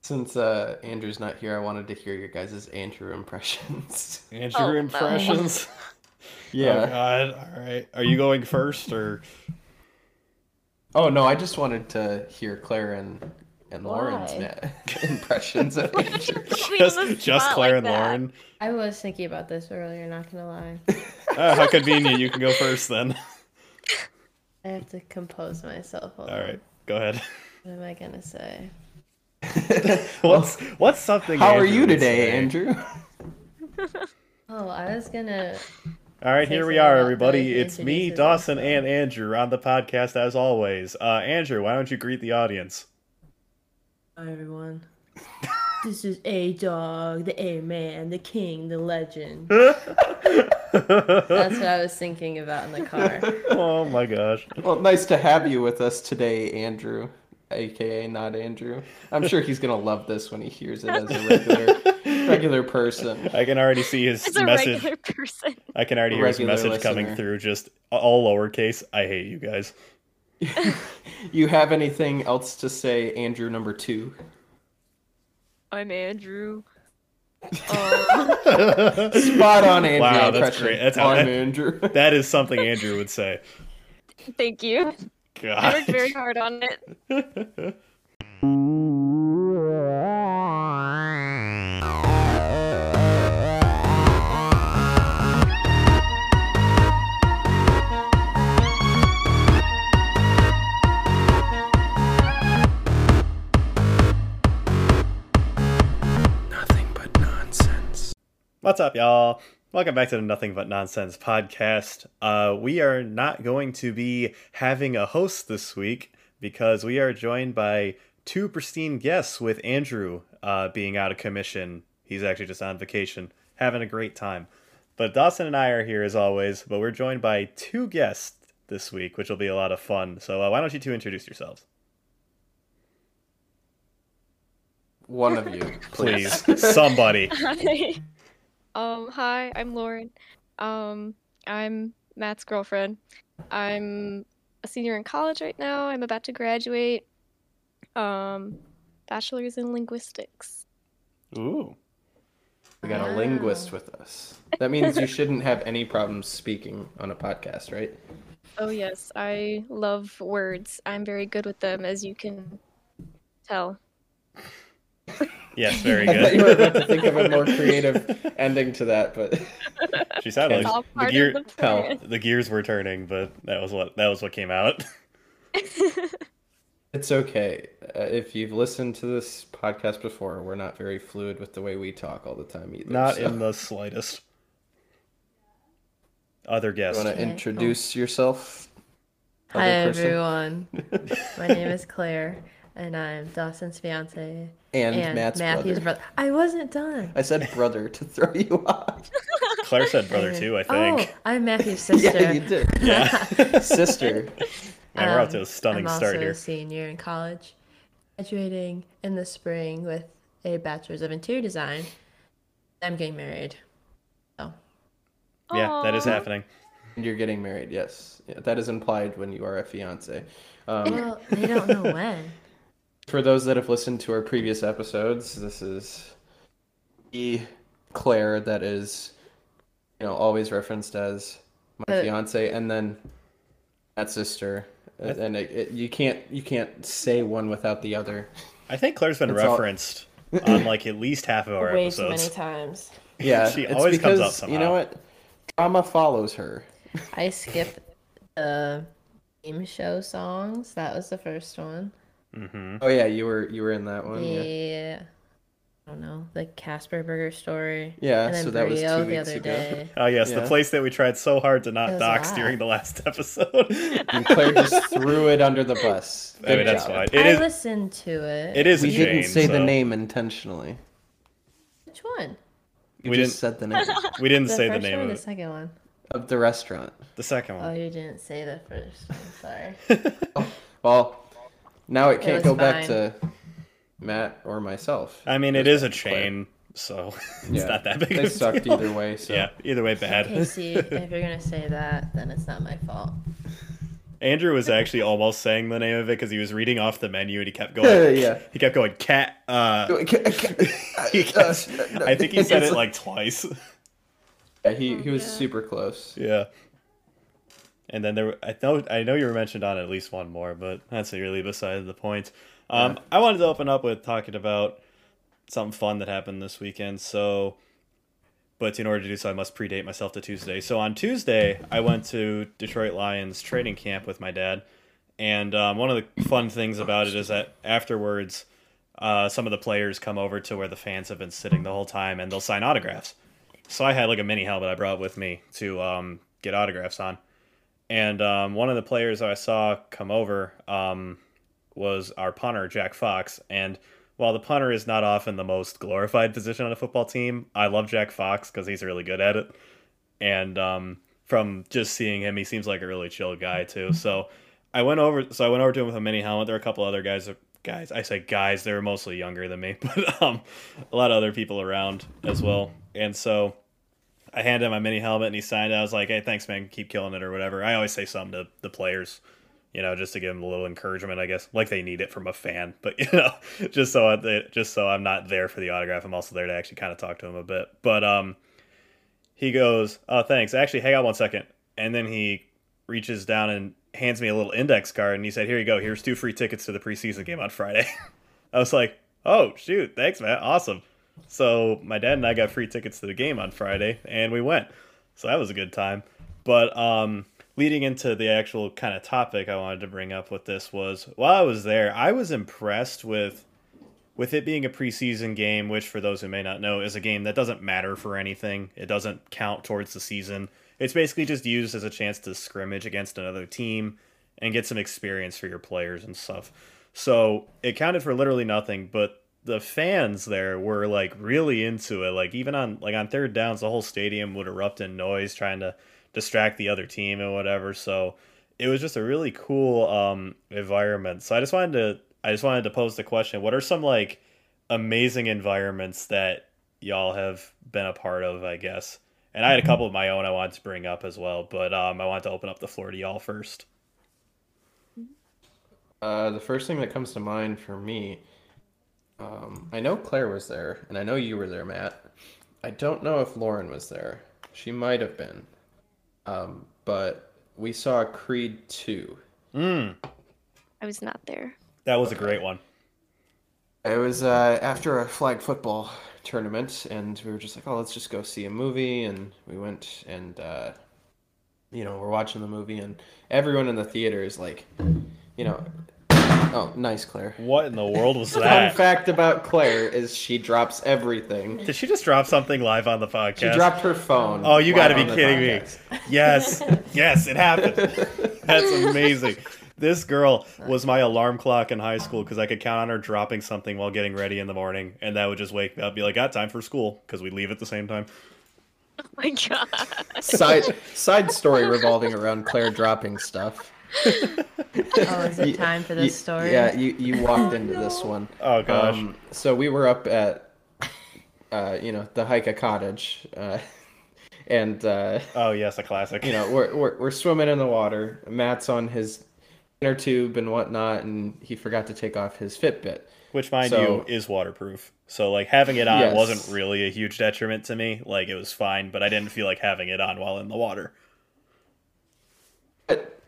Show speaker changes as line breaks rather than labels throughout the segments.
Since uh, Andrew's not here, I wanted to hear your guys' Andrew impressions. Uh,
Andrew
Oh, no.
impressions. Oh
yeah.
God! All right. Are you going first or?
Oh no, I just wanted to hear Claire and and Lauren's
Why?
ma- impressions of Andrew.
Put me on the
just, just
spot
Claire
like
and
that.
Lauren.
I was thinking about this earlier, not gonna lie.
Oh, how convenient! You can go first then.
I have to compose myself. Hold
All
on.
right, go ahead.
What am I gonna say?
What's what's something?
How are
Andrew
you
would
today,
say?
Andrew?
Oh, I was gonna.
All right,
Say
here we
something
are,
about the way
everybody.
he
It's me,
introduces
Dawson,
himself.
and Andrew on the podcast as always. Uh, Andrew, why don't you greet the audience?
Hi everyone. this is a dog, the A man, the king, the legend. That's what I was thinking about in the car.
oh my gosh!
Well, nice to have you with us today, Andrew, aka not Andrew. I'm sure he's gonna love this when he hears it as a regular regular person.
I can already see his
As a
message.
regular person.
I can already hear his
regular
message coming
listener.
through. Just all lowercase. I hate you guys.
You have anything else to say, Andrew number two?
I'm Andrew. Um,
Spot on, Andrew.
Wow, that's
impression.
great. That's how-
I'm
that-
Andrew.
that is something Andrew would say.
thank you. I
God.
worked very hard on it.
Nothing but nonsense.
What's up, y'all? Welcome back to the Nothing But Nonsense podcast. Uh, we are not going to be having a host this week because we are joined by two pristine guests, with Andrew uh, being out of commission. He's actually just on vacation, having a great time. But Dawson and I are here as always, but we're joined by two guests this week, which will be a lot of fun. So uh, why don't you two introduce yourselves?
One of you, please.
Please, somebody.
Hi. Um, hi, I'm Lauren. Um, I'm Matt's girlfriend. I'm a senior in college right now. I'm about to graduate. Um, bachelor's in linguistics.
Ooh.
We got a
Wow.
linguist with us. That means you shouldn't have any problems speaking on a podcast, right?
Oh yes, I love words. I'm very good with them, as you can tell.
Yes, very
I thought you were
good.
about to think of a more creative ending to that, but
She sounded
It's all
like the
part
gear-
of the
hell.
plan.
the gears were turning, but that was what that was what came out.
it's okay. Uh, if you've listened to this podcast before, we're not very fluid with the way we talk all the time either.
Not
so
in the slightest. Other
you
guest.
want to
Okay, cool.
introduce yourself? other
Hi
person?
everyone. My name is Claire, and I'm Dawson's fiance
And,
and
Matt's
Matthew's
brother.
brother. I wasn't done.
I said brother to throw you off.
Claire said brother too, I think.
Oh, I'm Matthew's sister.
yeah, you did.
Yeah.
Sister.
Man, we're off to
Um,
a stunning
I'm
start
also
here.
a senior in college, graduating in the spring with a bachelor's of interior design. I'm getting married.
Yeah, that is
Aw.
happening.
And you're getting married, yes. Yeah, that is implied when you are a fiance. Um,
Well, they don't know when.
for those that have listened to our previous episodes, this is the Claire that is, you know, always referenced as my
The-
fiance, and then that sister, and it, it, you can't you can't say one without the other.
I think Claire's been
It's all-
referenced on like at least half of our
Way too many
episodes.
times.
Yeah,
She
it's
always comes
because
up
you know
somehow.
what? Drama follows her.
I skipped the game show songs. That was the first one.
hmm
Oh yeah, you were you were in that one. Oh, Yeah,
The I don't know the Casper Burger story.
yeah.
and then
so that was
Brio
two
the
weeks
other
ago.
day.
Oh yes, the
Yeah.
place that we tried so hard to
It
not
was
dox
a lot.
during the last episode.
And Claire just threw it under the bus.
I mean,
Good
that's
job.
fine.
I
It is.
listened to it.
It is. a
We didn't
shame,
say the
so-
name intentionally.
Which one?
You
We
just said the name
We didn't
The
say the
first
name
one or
of
the
it.
second one?
of the restaurant.
The second
Oh,
one.
you didn't say the first one. Sorry.
Well, now it can't
was
go back
fine.
to Matt or myself.
I mean, it is a chain, so it's
Yeah.
not that big.
They
of a
sucked
deal.
either way. So
Yeah, either way, bad.
Casey, if you're gonna say that, then it's not my fault.
Andrew was actually almost saying the name of it because he was reading off the menu and he kept going.
Yeah.
He kept going cat. Uh,
uh,
he kept- I think he said it like twice.
Yeah, he, he was
Yeah.
super close.
yeah. And then there, were- I know, I know you were mentioned on at least one more, but that's really beside the point. Um, I wanted to open up with talking about something fun that happened this weekend. So, but in order to do so, I must predate myself to Tuesday. So on Tuesday, I went to Detroit Lions training camp with my dad, and um, one of the fun things about it is that afterwards, uh, some of the players come over to where the fans have been sitting the whole time, and they'll sign autographs. So I had like a mini helmet I brought with me to um, get autographs on, and um, one of the players I saw come over um, was our punter Jack Fox, and while the punter is not often the most glorified position on a football team, I love Jack Fox because he's really good at it. And um, from just seeing him, he seems like a really chill guy too. So I went over. So I went over to him with a mini helmet. There were a couple other guys. Guys, I say guys. They were mostly younger than me, but um, a lot of other people around as well. And so I handed him my mini helmet, and he signed. it. I was like, "Hey, thanks, man. Keep killing it, or whatever." I always say something to the players you know, just to give them a little encouragement, I guess. Like they need it from a fan, but you know, just so I, just so I'm not there for the autograph, I'm also there to actually kind of talk to him a bit. But um, he goes, "Oh, thanks. Actually, hang on one second. and then he reaches down and hands me a little index card, and he said, "Here you go. Here's two free tickets to the preseason game on Friday." I was like, "Oh, shoot! Thanks, man. Awesome." So my dad and I got free tickets to the game on Friday, and we went. So that was a good time. But um, leading into the actual kind of topic I wanted to bring up with this was while I was there, I was impressed with with it being a preseason game, which for those who may not know is a game that doesn't matter for anything. It doesn't count towards the season. It's basically just used as a chance to scrimmage against another team and get some experience for your players and stuff. So it counted for literally nothing, but the fans there were like really into it. Like even on like on third downs, the whole stadium would erupt in noise trying to distract the other team and whatever. So it was just a really cool um, environment. So I just wanted to I just wanted to pose the question: What are some like amazing environments that y'all have been a part of? I guess. And I had a
Mm-hmm.
couple of my own I wanted to bring up as well, but um, I wanted to open up the floor to y'all first.
Uh, the first thing that comes to mind for me, um, I know Claire was there, and I know you were there, Matt. I don't know if Lauren was there. She might have been. Um, but we saw Creed 2.
Mm,
I was not there.
that was a great one.
It was uh, after a flag football tournament, and we were just like, "Oh, let's just go see a movie." And we went, and uh, you know, we're watching the movie, and everyone in the theater is like, you know, oh, nice, Claire.
What in the world was
Fun
that?
fact about Claire is she drops everything.
Did she just drop something live on the podcast?
She dropped her phone.
Oh, you
live
gotta be
on the
kidding me.
podcast.
Yes, yes, it happened. That's amazing. This girl was my alarm clock in high school because I could count on her dropping something while getting ready in the morning, and that would just wake me up, be like, "Got time for school?" Because we leave at the same time.
Oh my god.
Side side story revolving around Claire dropping stuff.
Oh, is it time for this story?
Yeah, you you walked into this one.
Oh gosh.
Um, so we were up at, uh, you know, the Hika Cottage, uh, and uh,
oh yes, a classic.
you know we're, we're we're swimming in the water. Matt's on his inner tube and whatnot, and he forgot to take off his Fitbit.
which mind
so-
you is waterproof. So like having it on
Yes.
wasn't really a huge detriment to me. Like it was fine, but I didn't feel like having it on while in the water.
But,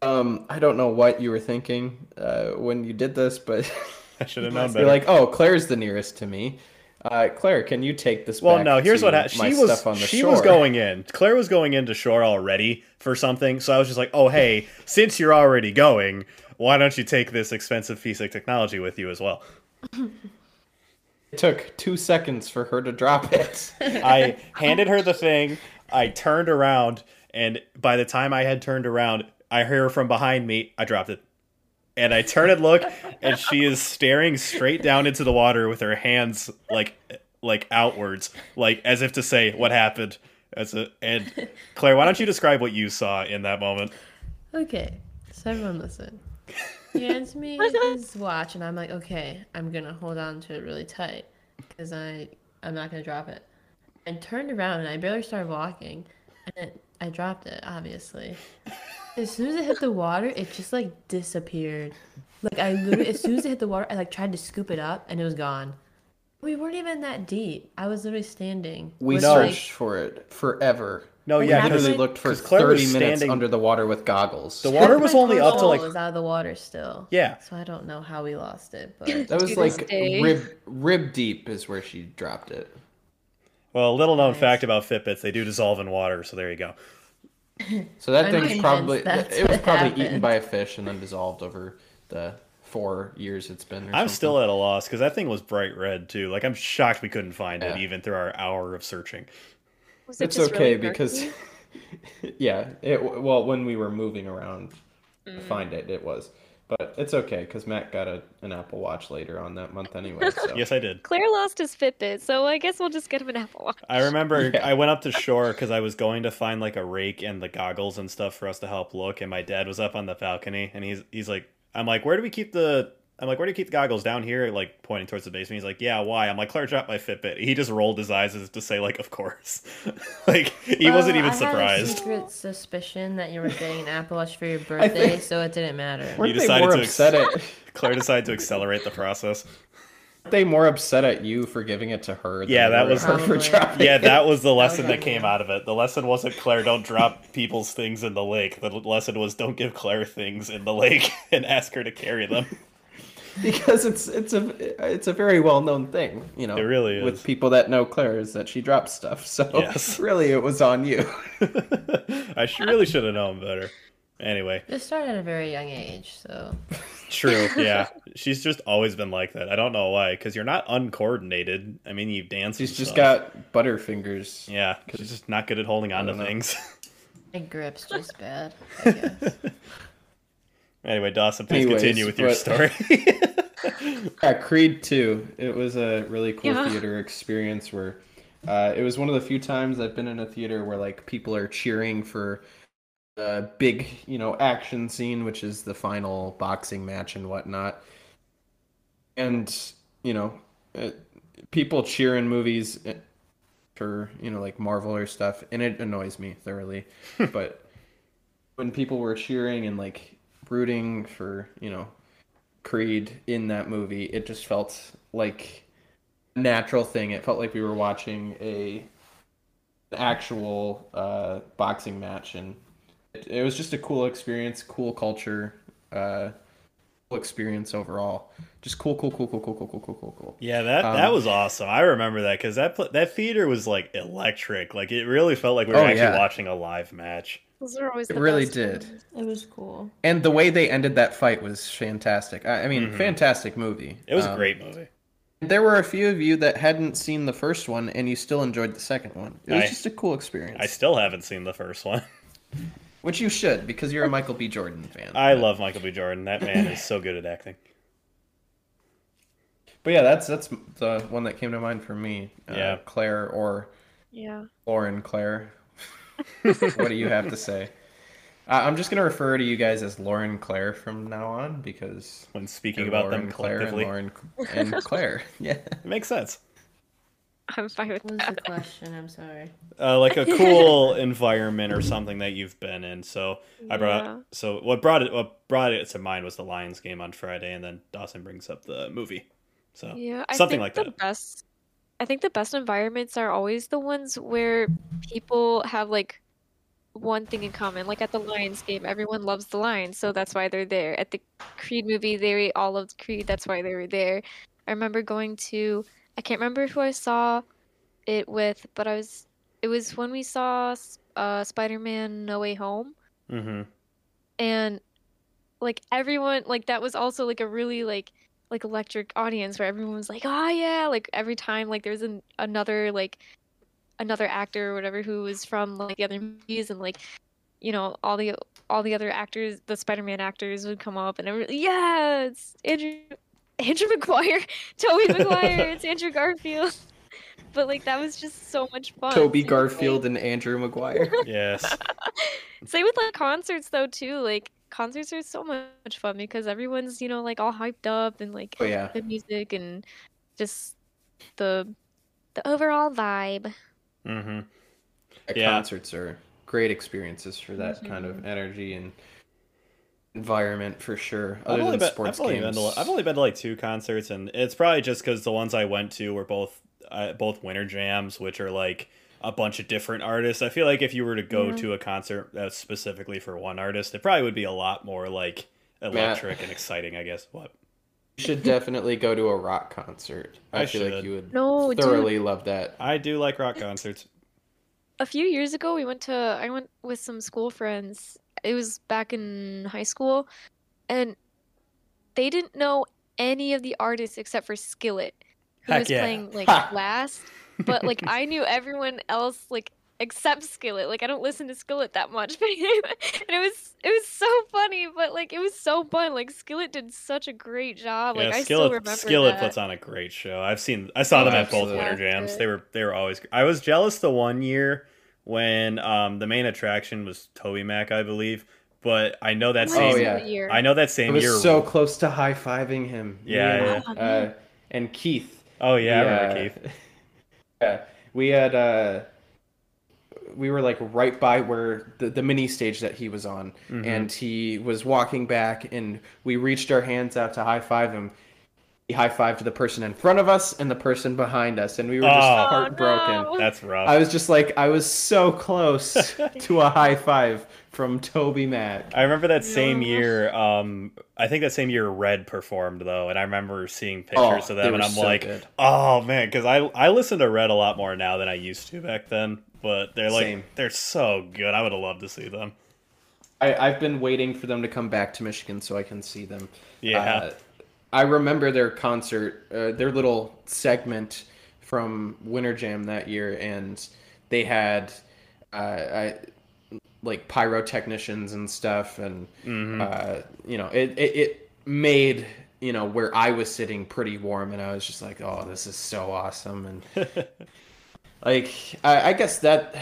um, I don't know what you were thinking uh, when you did this, but
I should have known better.
you're like, oh, Claire's the nearest to me. Uh, Claire, can you take this?
Well,
back
no. Here's
to
what ha-
my
she was.
stuff on the
she
shore?
was going in. Claire was going into shore already for something. So I was just like, "Oh, hey, since you're already going, why don't you take this expensive piece of technology with you as well?"
It took two seconds for her to drop it.
I handed her the thing. I turned around, and by the time I had turned around, I hear from behind me. I dropped it, and I turn and look, and she is staring straight down into the water with her hands like like outwards, like as if to say, "What happened?" As a, and Claire, why don't you describe what you saw in that moment?
Okay, so everyone listen. He hands me his watch, and I'm like, okay, I'm gonna hold on to it really tight because I I'm not gonna drop it. I turned around and I barely started walking, and it, I dropped it, obviously. As soon as it hit the water, it just like disappeared. Like I literally, as soon as it hit the water, I like tried to scoop it up and it was gone. We weren't even that deep. I was literally standing.
We
with,
No.
like-
searched for it forever.
No,
What
yeah,
I
happened?
because
literally looked for
'cause Claire was
30 minutes
standing-
under the water with goggles.
the water was
my
only up to
console
like
was out of the water still.
yeah,
So I don't know how we lost it, but
that was
to
like
this day.
rib rib deep is where she dropped it.
Well, little known
Nice.
fact about Fitbits, they do dissolve in water, so there you go.
So that
I'm
thing's
convinced
probably
that's
it was
what
probably eaten
happened.
by a fish and then dissolved over the four years it's been. Or
I'm
something.
still at a loss because that thing was bright red too. Like I'm shocked we couldn't find it
Yeah.
even through our hour of searching.
Was it
It's
just
okay
really
because,
murky?
yeah. It well when we were moving around, to
Mm.
find it it was, but it's okay because Matt got a, an Apple Watch later on that month anyway. So.
Yes, I did.
Claire lost his Fitbit, so I guess we'll just get him an Apple Watch.
I remember
Yeah.
I went up to shore because I was going to find like a rake and the goggles and stuff for us to help look, and my dad was up on the balcony, and he's he's like, I'm like, where do we keep the I'm like, where do you keep the goggles down here? Like pointing towards the basement. He's like, yeah, why? I'm like, Claire dropped my Fitbit. He just rolled his eyes as if to say like, of course. like he wasn't
Well,
even
I had a
surprised.
secret suspicion that you were getting an Apple Watch for your
I
birthday,
think-
so it didn't matter.
Weren't they
decided
more
to
upset at
Claire decided to accelerate the process.
weren't they more upset at you for giving it to her? than
Yeah,
they
that
were
was-
at her for
Probably.
dropping.
Yeah, that was the lesson
Okay.
that came out of it. The lesson wasn't Claire don't drop people's things in the lake. The lesson was don't give Claire things in the lake and ask her to carry them.
because it's it's a it's a very well known thing, you know.
It really is.
with people that know Claire is that she drops stuff. So
Yes.
really, it was on you.
I sh- really should have known better. Anyway,
This started at a very young age, so
true. Yeah, she's just always been like that. I don't know why, because you're not uncoordinated. I mean, you dance. and
She's just
stuff.
got butterfingers.
Yeah, she's just not good at holding on to
don't know.
things.
my grip's just bad. I guess.
anyway, Dawson, please
Anyways,
continue with your
but-
story.
Yeah, Creed 2. It was a really cool
Yeah.
theater experience where uh, it was one of the few times I've been in a theater where like people are cheering for a big, you know, action scene, which is the final boxing match and whatnot. And, you know, it, people cheer in movies uh, for, you know, like Marvel or stuff, and it annoys me thoroughly. but when people were cheering and like rooting for, you know, Creed in that movie, it just felt like a natural thing. It felt like we were watching a an actual uh, boxing match, and it, it was just a cool experience, cool culture, uh, cool experience overall. Just cool, cool, cool, cool, cool, cool, cool, cool, cool, cool.
yeah, that
Um,
that was awesome. I remember that because that pl- that theater was like electric. Like it really felt like we were
Oh,
actually
yeah.
watching a live match.
Those are always
It
the
really
best
did.
ones.
It was cool.
And the way they ended that fight was fantastic. I, I mean,
Mhm.
fantastic movie.
It was
Um,
a great movie.
There were a few of you that hadn't seen the first one, and you still enjoyed the second one. It was
I-
just a cool experience.
I still haven't seen the first one.
Which you should, because you're a Michael B. Jordan fan.
I love Michael B. Jordan. That man is so good at acting.
But yeah, that's that's the one that came to mind for me. Uh,
Yeah.
Claire or
Yeah.
Lauren Claire. what do you have to say? Uh, I'm just gonna refer to you guys as Lauren Claire from now on because
When speaking
you're
about
Lauren
them
Claire and
collectively,
Lauren and Claire. Yeah.
it makes sense.
I'm fine with
What was
that.
the question? I'm sorry.
uh, like a cool environment or something that you've been in. So I brought
Yeah.
so what brought it what brought it to mind was the Lions game on Friday, and then Dawson brings up the movie. So
Yeah, I
Something like
think the
that.
best I think the best environments are always the ones where people have like one thing in common. Like at the Lions game, everyone loves the Lions, so that's why they're there. At the Creed movie, they all loved Creed, that's why they were there. I remember going to I can't remember who I saw it with, but I was it was when we saw uh Spider-Man No Way Home
mm-hmm.
and like everyone like that was also like a really like like electric audience where everyone was like oh yeah like every time like there's an, another like another actor or whatever who was from like the other movies and like you know all the all the other actors the spider-man actors would come up and everyone yeah it's andrew andrew mcguire toby mcguire it's andrew garfield but like that was just so much
Toby
fun Same with, like,
Garfield and Andrew McGuire.
yes,
same with like concerts though too. Like concerts are so much fun because everyone's you know like all hyped up and like
Oh yeah.
the music and just the the overall vibe.
mm-hmm.
Yeah,
Yeah.
Concerts are great experiences for that kind of energy and environment for sure. Other
I've only
than
been,
sports
I've only
games,
Been to, I've only been to like two concerts, and it's probably just because the ones I went to were both uh, both winter jams, which are like a bunch of different artists. I feel like if you were to go
Yeah.
to a concert that's specifically for one artist, it probably would be a lot more like electric and exciting. I guess what
you should definitely go to a rock concert. I,
I
feel like
should.
you would
No, dude.
thoroughly love that.
I do like rock concerts.
A few years ago, we went to, I went with some school friends. It was back in high school, and they didn't know any of the artists except for Skillet, who
Heck
was
yeah.
playing like
Ha.
last. But like I knew everyone else like except Skillet. Like I don't listen to Skillet that much, but and it was it was so funny. But like it was so fun. Like Skillet did such a great job. Like
yeah,
I still
Skillet
remember
Skillet
that.
puts on a great show. I've seen I saw
Oh,
them at
absolutely.
both winter
Yeah.
jams. They were they were always. I was jealous the one year when um the main attraction was Toby Mac, I believe. But I know that
What
Oh,
same
yeah.
that year?
I know that
I
same year.
was so close to high fiving him. Me
Yeah,
and,
yeah.
Uh, and Keith.
oh yeah, I
Yeah.
remember Keith.
Yeah, we had uh, we were like right by where the, the mini stage that he was on,
Mhm.
and he was walking back, and we reached our hands out to high five him. He high fived the person in front of us and the person behind us, and we were just
Oh.
heartbroken.
Oh, no.
That's rough.
I was just like, I was so close to a high five from Toby Mac.
I remember that same
No.
year. Um, I think that same year Red performed though, and I remember seeing
Oh,
pictures of
they
them,
were
and I'm
so
like,
good.
oh man, because I I listen to Red a lot more now than I used to back then. But they're like
Same.
they're so good. I would have loved to see them.
I, I've been waiting for them to come back to Michigan so I can see them.
Yeah.
Uh, I remember their concert, uh, their little segment from Winter Jam that year, and they had uh, I, like pyrotechnicians and stuff, and uh, you know, it, it it made you know where I was sitting pretty warm, and I was just like, oh, this is so awesome, and like I, I guess that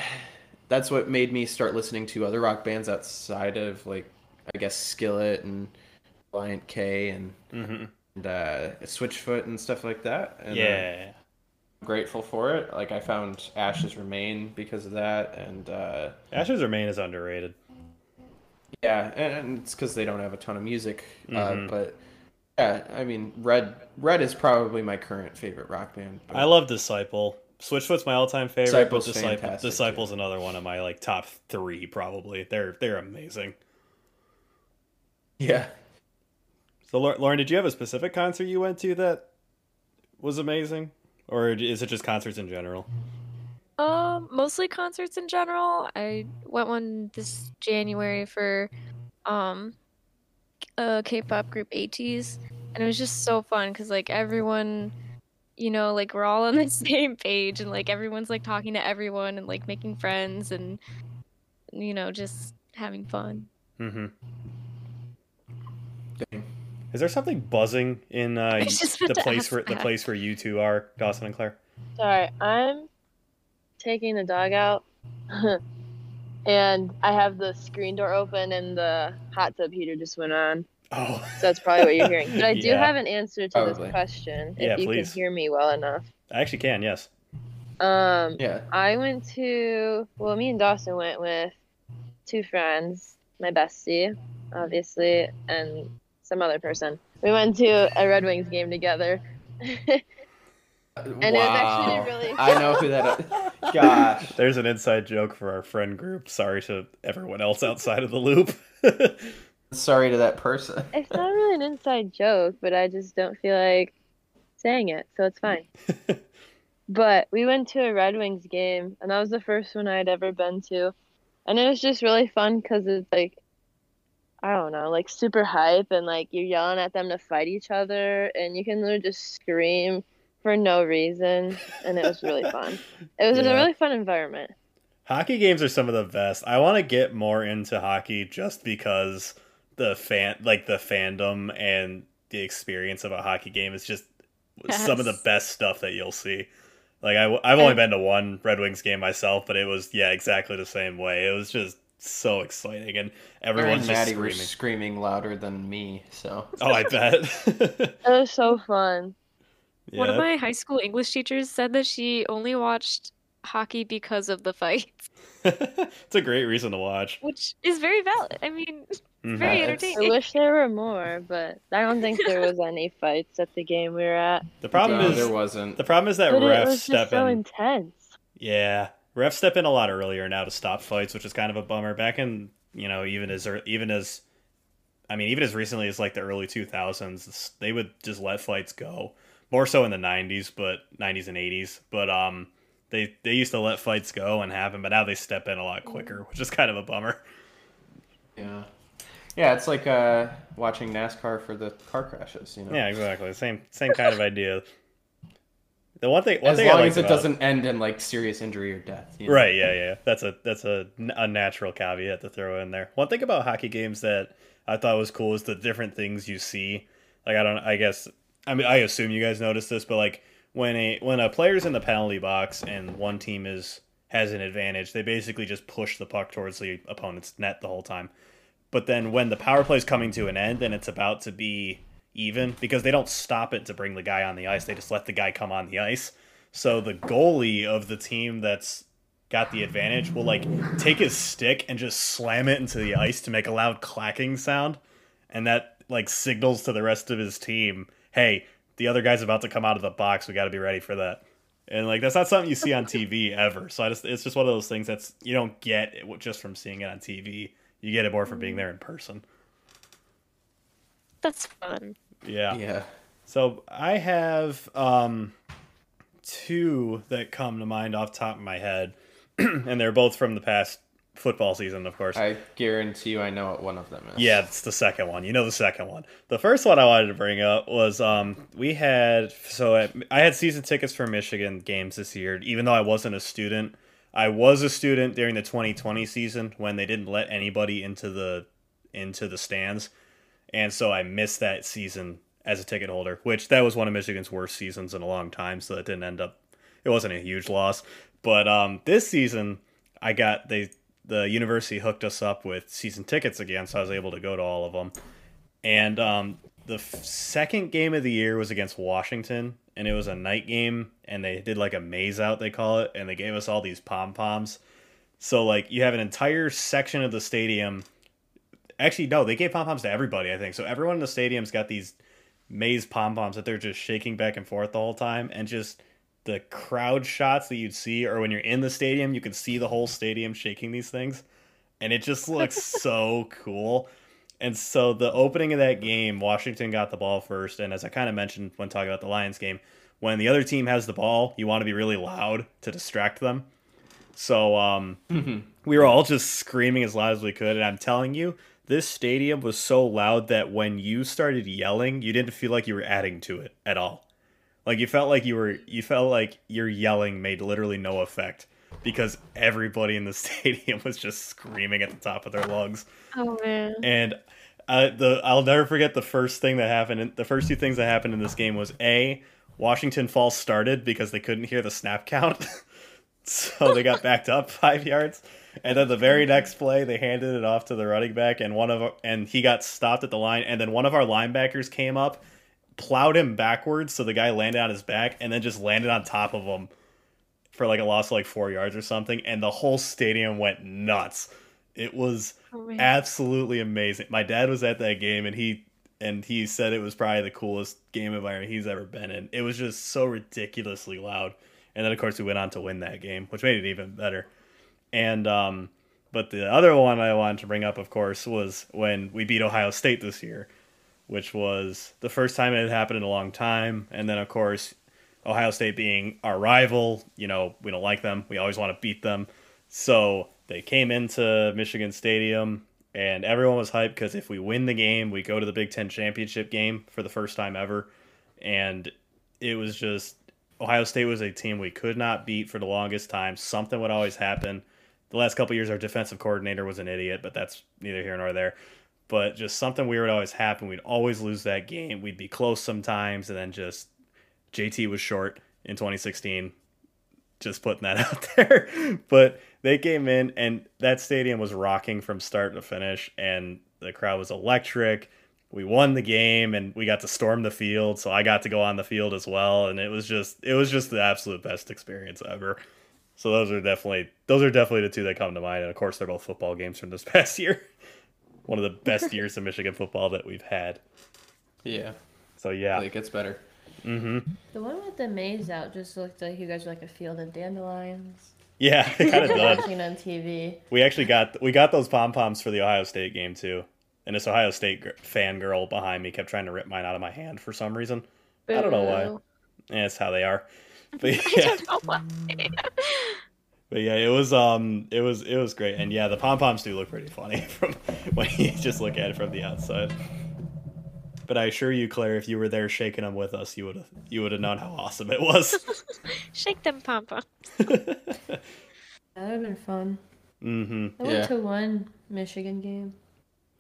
that's what made me start listening to other rock bands outside of like I guess Skillet and Reliant K and
hmm
and uh, Switchfoot and stuff like that. And, uh,
Yeah.
I'm grateful for it. Like I found Ashes Remain because of that, and uh,
Ashes Remain is underrated.
yeah, and, and it's because they don't have a ton of music.
Mhm.
Uh, but yeah, I mean, Red Red is probably my current favorite rock band. But
I love Disciple. Switchfoot's my all-time favorite.
Disciple's
but Disciple,
fantastic,
Disciple's another one of my like top three probably. They're they're amazing.
yeah.
So Lau- Lauren, did you have a specific concert you went to that was amazing, or is it just concerts in general?
Um, mostly concerts in general. I
Mm-hmm.
went one this January for um a K-pop group ATs, and it was just so fun because like everyone, you know, like we're all on the same page and like everyone's like talking to everyone and like making friends and you know just having fun.
Mm-hmm.
Dang.
Is there something buzzing in uh,
was just about
the
to
place
ask
where the
that.
place where you two are, Dawson and Claire?
Sorry, I'm taking the dog out, and I have the screen door open, and the hot tub heater just went on.
Oh,
So that's probably what you're hearing. But I do
Yeah.
have an answer to
Probably.
this question if
Yeah,
you
please.
can hear me well enough.
I actually can. Yes.
Um,
Yeah.
I went to well, me and Dawson went with two friends, my bestie, obviously, and some other person. We went to a Red Wings game together. it was actually
Wow.
really-
I know who that. Gosh.
There's an inside joke for our friend group. Sorry to everyone else outside of the loop.
Sorry to that person.
it's not really an inside joke, but I just don't feel like saying it, so it's fine. but we went to a Red Wings game, and that was the first one I'd ever been to, and it was just really fun because it's like, I don't know, like super hype, and like you're yelling at them to fight each other, and you can literally just scream for no reason, and it was really fun. It was
Yeah.
a really fun environment.
Hockey games are some of the best. I want to get more into hockey just because the fan, like the fandom and the experience of a hockey game is just some of the
Yes.
best stuff that you'll see. Like I, have only
And-
been to one Red Wings game myself, but it was yeah exactly the same way. It was just so exciting, and everyone's
Everyone's
just
Maddie were
screaming.
screaming louder than me, so
Oh, I bet.
It was so fun.
yeah.
One of my high school English teachers said that she only watched hockey because of the fights,
it's a great reason to watch.
which is very valid. I mean, it's
Mhm.
very
Yeah, it's-
I
entertaining.
wish there were more, but I don't think there was any fights at the game we were at.
The problem
no,
is
there wasn't.
the problem is that
But it
refs
was
step
just so
in.
intense.
Yeah, refs step in a lot earlier now to stop fights, which is kind of a bummer. Back in you know even as ear- even as I mean even as recently as like the early two thousands, they would just let fights go. More so in the nineties, but nineties and eighties, but um. They, they used to let fights go and happen, but now they step in a lot quicker, which is kind of a bummer.
Yeah. Yeah, it's like uh, watching NASCAR for the car crashes. You know.
Yeah, exactly. Same same kind of idea. The one thing, one
As
thing I
long
liked
as it
about-
doesn't end in like serious injury or death. you know?
Right, yeah, yeah. That's a that's a, a natural caveat to throw in there. One thing about hockey games that I thought was cool is the different things you see. Like I don't I guess I mean I assume you guys noticed this, but like when a when a player's in the penalty box and one team is has an advantage, they basically just push the puck towards the opponent's net the whole time. But then when the power play's coming to an end and it's about to be even because they don't stop it to bring the guy on the ice, they just let the guy come on the ice. So the goalie of the team that's got the advantage will like take his stick and just slam it into the ice to make a loud clacking sound and that like signals to the rest of his team hey the other guy's about to come out of the box we got to be ready for that and like that's not something you see on tv ever so i just it's just one of those things that's you don't get it just from seeing it on tv you get it more from being there in person
That's fun.
yeah
Yeah.
so I have um, two that come to mind off the top of my head, and they're both from the past football season, of course.
I guarantee you, I know what one of them is.
Yeah, it's the second one. You know the second one. The first one I wanted to bring up was um we had so I, I had season tickets for Michigan games this year, even though I wasn't a student. I was a student during the 2020 season when they didn't let anybody into the into the stands, and so I missed that season as a ticket holder, which that was one of Michigan's worst seasons in a long time. So it didn't end up. It wasn't a huge loss, but um this season I got they the university hooked us up with season tickets again, so I was able to go to all of them. And um, the f- second game of the year was against Washington, and it was a night game, and they did like a maze out, they call it, and they gave us all these pom poms. So like you have an entire section of the stadium. Actually, no, they gave pom poms to everybody. I think so. Everyone in the stadium's got these maze pom poms that they're just shaking back and forth the whole time, and just the crowd shots that you'd see, or when you're in the stadium, you can see the whole stadium shaking these things, and it just looks so cool. And so the opening of that game, Washington got the ball first, and as I kind of mentioned when talking about the Lions game, when the other team has the ball, you want to be really loud to distract them. So um, we were all just screaming as loud as we could, and I'm telling you, this stadium was so loud that when you started yelling, you didn't feel like you were adding to it at all. Like you felt like you were you felt like your yelling made literally no effect because everybody in the stadium was just screaming at the top of their lungs.
Oh man.
And uh, the I'll never forget the first thing that happened. in- The first two things that happened in this game was a Washington false started because they couldn't hear the snap count, so they got backed up five yards. And then the very next play, they handed it off to the running back, and one of our, and he got stopped at the line. And then one of our linebackers came up, plowed him backwards, so the guy landed on his back, and then just landed on top of him for like a loss of like four yards or something. And the whole stadium went nuts. It was
Oh man.
absolutely amazing. My dad was at that game and he and he said it was probably the coolest game environment he's ever been in. It was just so ridiculously loud. And then of course we went on to win that game, which made it even better. And um but the other one I wanted to bring up of course was when we beat Ohio State this year, which was the first time it had happened in a long time. And then of course Ohio State being our rival, you know, we don't like them. We always want to beat them. So they came into Michigan Stadium and everyone was hyped because if we win the game, we go to the Big Ten championship game for the first time ever. And it was just Ohio State was a team we could not beat for the longest time. Something would always happen. The last couple years, our defensive coordinator was an idiot, but that's neither here nor there. But just something weird would always happen. We'd always lose that game. We'd be close sometimes, and then just JT was short in 2016. Just putting that out there. but they came in, and that stadium was rocking from start to finish, and the crowd was electric. We won the game, and we got to storm the field. So I got to go on the field as well, and it was just it was just the absolute best experience ever. So those are definitely those are definitely the two that come to mind. And of course, they're both football games from this past year. One of the best years of Michigan football that we've had.
Yeah,
So yeah,
like it's better.
hmm
The one with the maze out just looked like you guys were like a field of dandelions.
yeah, it kind of does.
Watching on TV.
We actually got we got those pom poms for the Ohio State game too. And this Ohio State gr- fan girl behind me kept trying to rip mine out of my hand for some reason. I don't know why.
Boo.
Yeah, that's how they are. But
I
yeah,
don't know why.
but yeah, it was um, it was it was great, and yeah, the pom poms do look pretty funny from when you just look at it from the outside. But I assure you, Claire, if you were there shaking them with us, you would have you would have known how awesome it was.
Shake them, Pampa.
That would have been fun.
mm-hmm.
I
Yeah.
went to one Michigan game.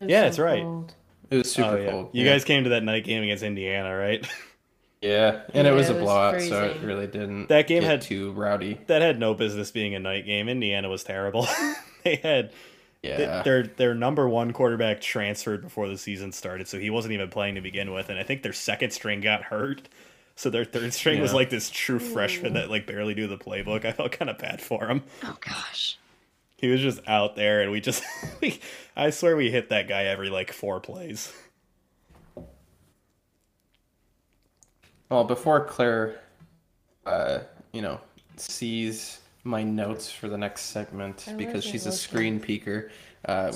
It was
Yeah, that's right.
cold.
It was super
oh, yeah.
cold.
You
yeah.
guys came to that night game against Indiana, right?
yeah, and it
Yeah,
was
it
a
was
blowout, so it
freezing.
really didn't.
That game
get
had-
too rowdy.
that had no business being a night game. Indiana was terrible. they had th-
Yeah,
their their number one quarterback transferred before the season started, so he wasn't even playing to begin with. And I think their second string got hurt, so their third string was
Yeah.
like this true freshman that like barely knew the playbook. I felt kind of bad for him.
Oh gosh.
He was just out there, and we just we, I swear we hit that guy every like four plays.
Well, before Claire, uh, you know, sees my notes for the next segment
I
because
wasn't
she's a
looking.
screen peeker, uh,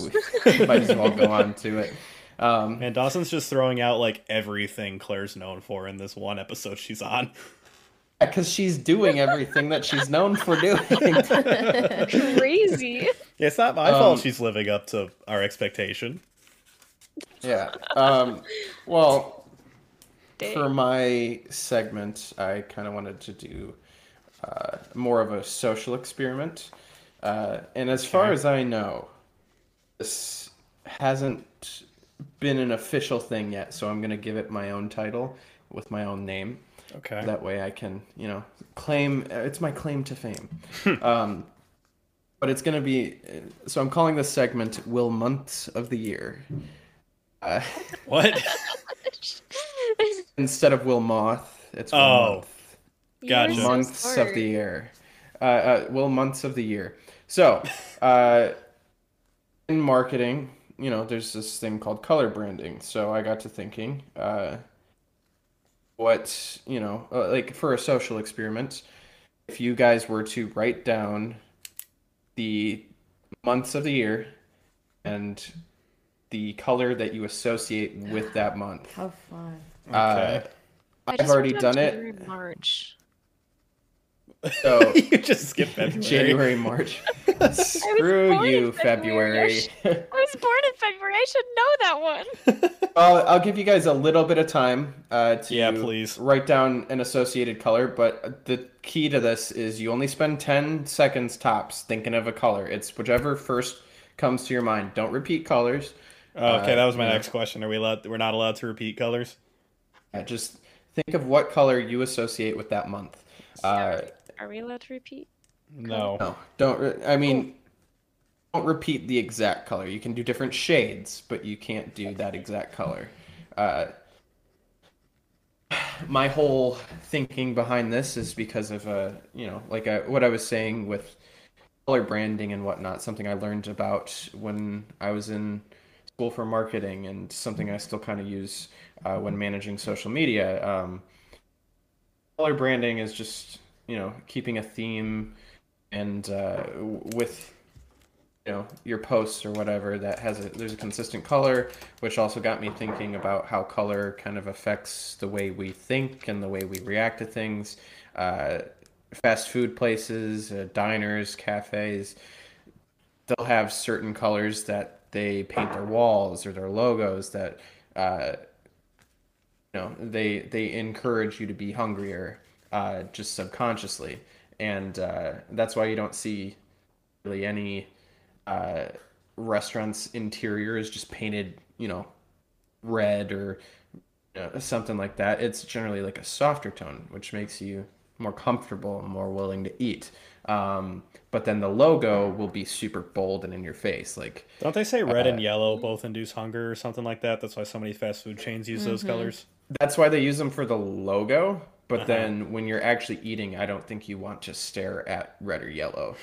we might as well go on to it. Um,
Man, Dawson's just throwing out like everything Claire's known for in this one episode she's on.
because she's doing everything that she's known for doing.
Crazy.
It's not my
Um,
fault she's living up to our expectation.
yeah. Um, well,
Dang.
for my segment, I kind of wanted to do uh, more of a social experiment. Uh, and as far as I know, this hasn't been an official thing yet, so I'm going to give it my own title with my own name.
Okay.
That way I can, you know, claim uh, it's my claim to fame. um, but it's going to be uh, so I'm calling this segment Will Months of the Year. Uh,
What?
instead of Will Moth, it's Will
Oh.
Month.
Gotcha.
You're so
months of
smart.
the year. Uh, uh, well, months of the year. So, uh, in marketing, you know, there's this thing called color branding. So I got to thinking, uh, what, you know, uh, like for a social experiment, if you guys were to write down the months of the year and the color that you associate with that month.
How fun.
Uh,
Okay.
I
I've
just
already
wrote
done it.
January, March.
So
you just skip February.
January, March. Screw
born in
you,
February.
February.
I was born in February. I should know that one.
I'll, I'll give you guys a little bit of time uh, to
Yeah, please.
write down an associated color, but the key to this is you only spend 10 seconds tops thinking of a color. It's whichever first comes to your mind. Don't repeat colors.
Oh, okay, that was my
Uh, yeah.
next question. Are we allowed? We're not allowed to repeat colors.
Uh, just think of what color you associate with that month. Uh,
Are we allowed to repeat?
No.
no, don't. Re- I mean, don't repeat the exact color. You can do different shades, but you can't do that exact color. Uh, my whole thinking behind this is because of uh, you know, like uh what I was saying with color branding and whatnot. Something I learned about when I was in school for marketing, and something I still kind of use uh, when managing social media. Um, color branding is just you know keeping a theme and uh, w- with you know your posts or whatever that has a there's a consistent color which also got me thinking about how color kind of affects the way we think and the way we react to things uh, fast food places uh, diners cafes they'll have certain colors that they paint their walls or their logos that uh, you know they they encourage you to be hungrier uh, just subconsciously and uh, that's why you don't see really any uh, restaurants interiors just painted you know red or you know, something like that it's generally like a softer tone which makes you more comfortable and more willing to eat um, but then the logo will be super bold and in your face like
Don't they say red
Uh,
and yellow
mm-hmm.
both induce hunger
Mm-hmm.
or something like that? That's why so many fast food chains use those colors.
that's why they use them for the logo But
Uh-huh.
then when you're actually eating, I don't think you want to stare at red or yellow.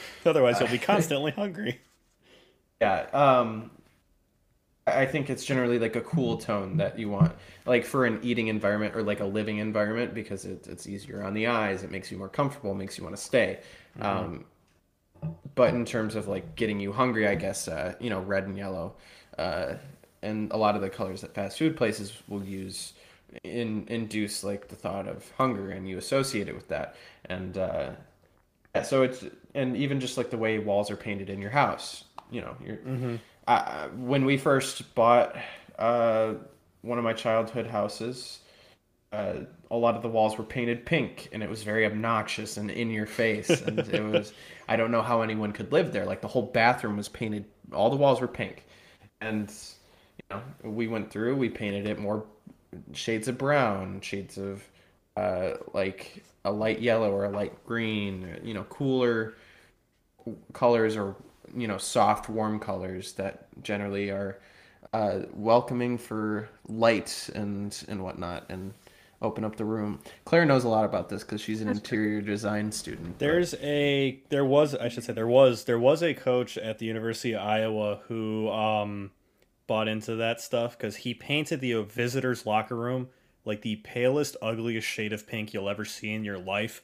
Otherwise, you'll be constantly hungry.
Yeah. Um, I I think it's generally like a cool tone that you want, like for an eating environment or like a living environment, because it, it's easier on the eyes. It makes you more comfortable, makes you want to stay. Um, but in terms of like getting you hungry, I guess, uh, you know, red and yellow, uh, and a lot of the colors that fast food places will use in induce like the thought of hunger and you associate it with that. And, uh, yeah, so it's and even just like the way walls are painted in your house, you know, you're, I, I- when we first bought uh, one of my childhood houses, uh, a lot of the walls were painted pink, and it was very obnoxious and in your face. And it was I don't know how anyone could live there. Like the whole bathroom was painted, all the walls were pink, and you know we went through, we painted it more shades of brown, shades of uh, like a light yellow or a light green, you know, cooler colors or you know soft warm colors that generally are uh, welcoming for light and and whatnot and open up the room claire knows a lot about this because she's an interior design student but-
There's a there was I should say there was there was a coach at the University of Iowa who um bought into that stuff because he painted the uh, visitors locker room like the palest ugliest shade of pink you'll ever see in your life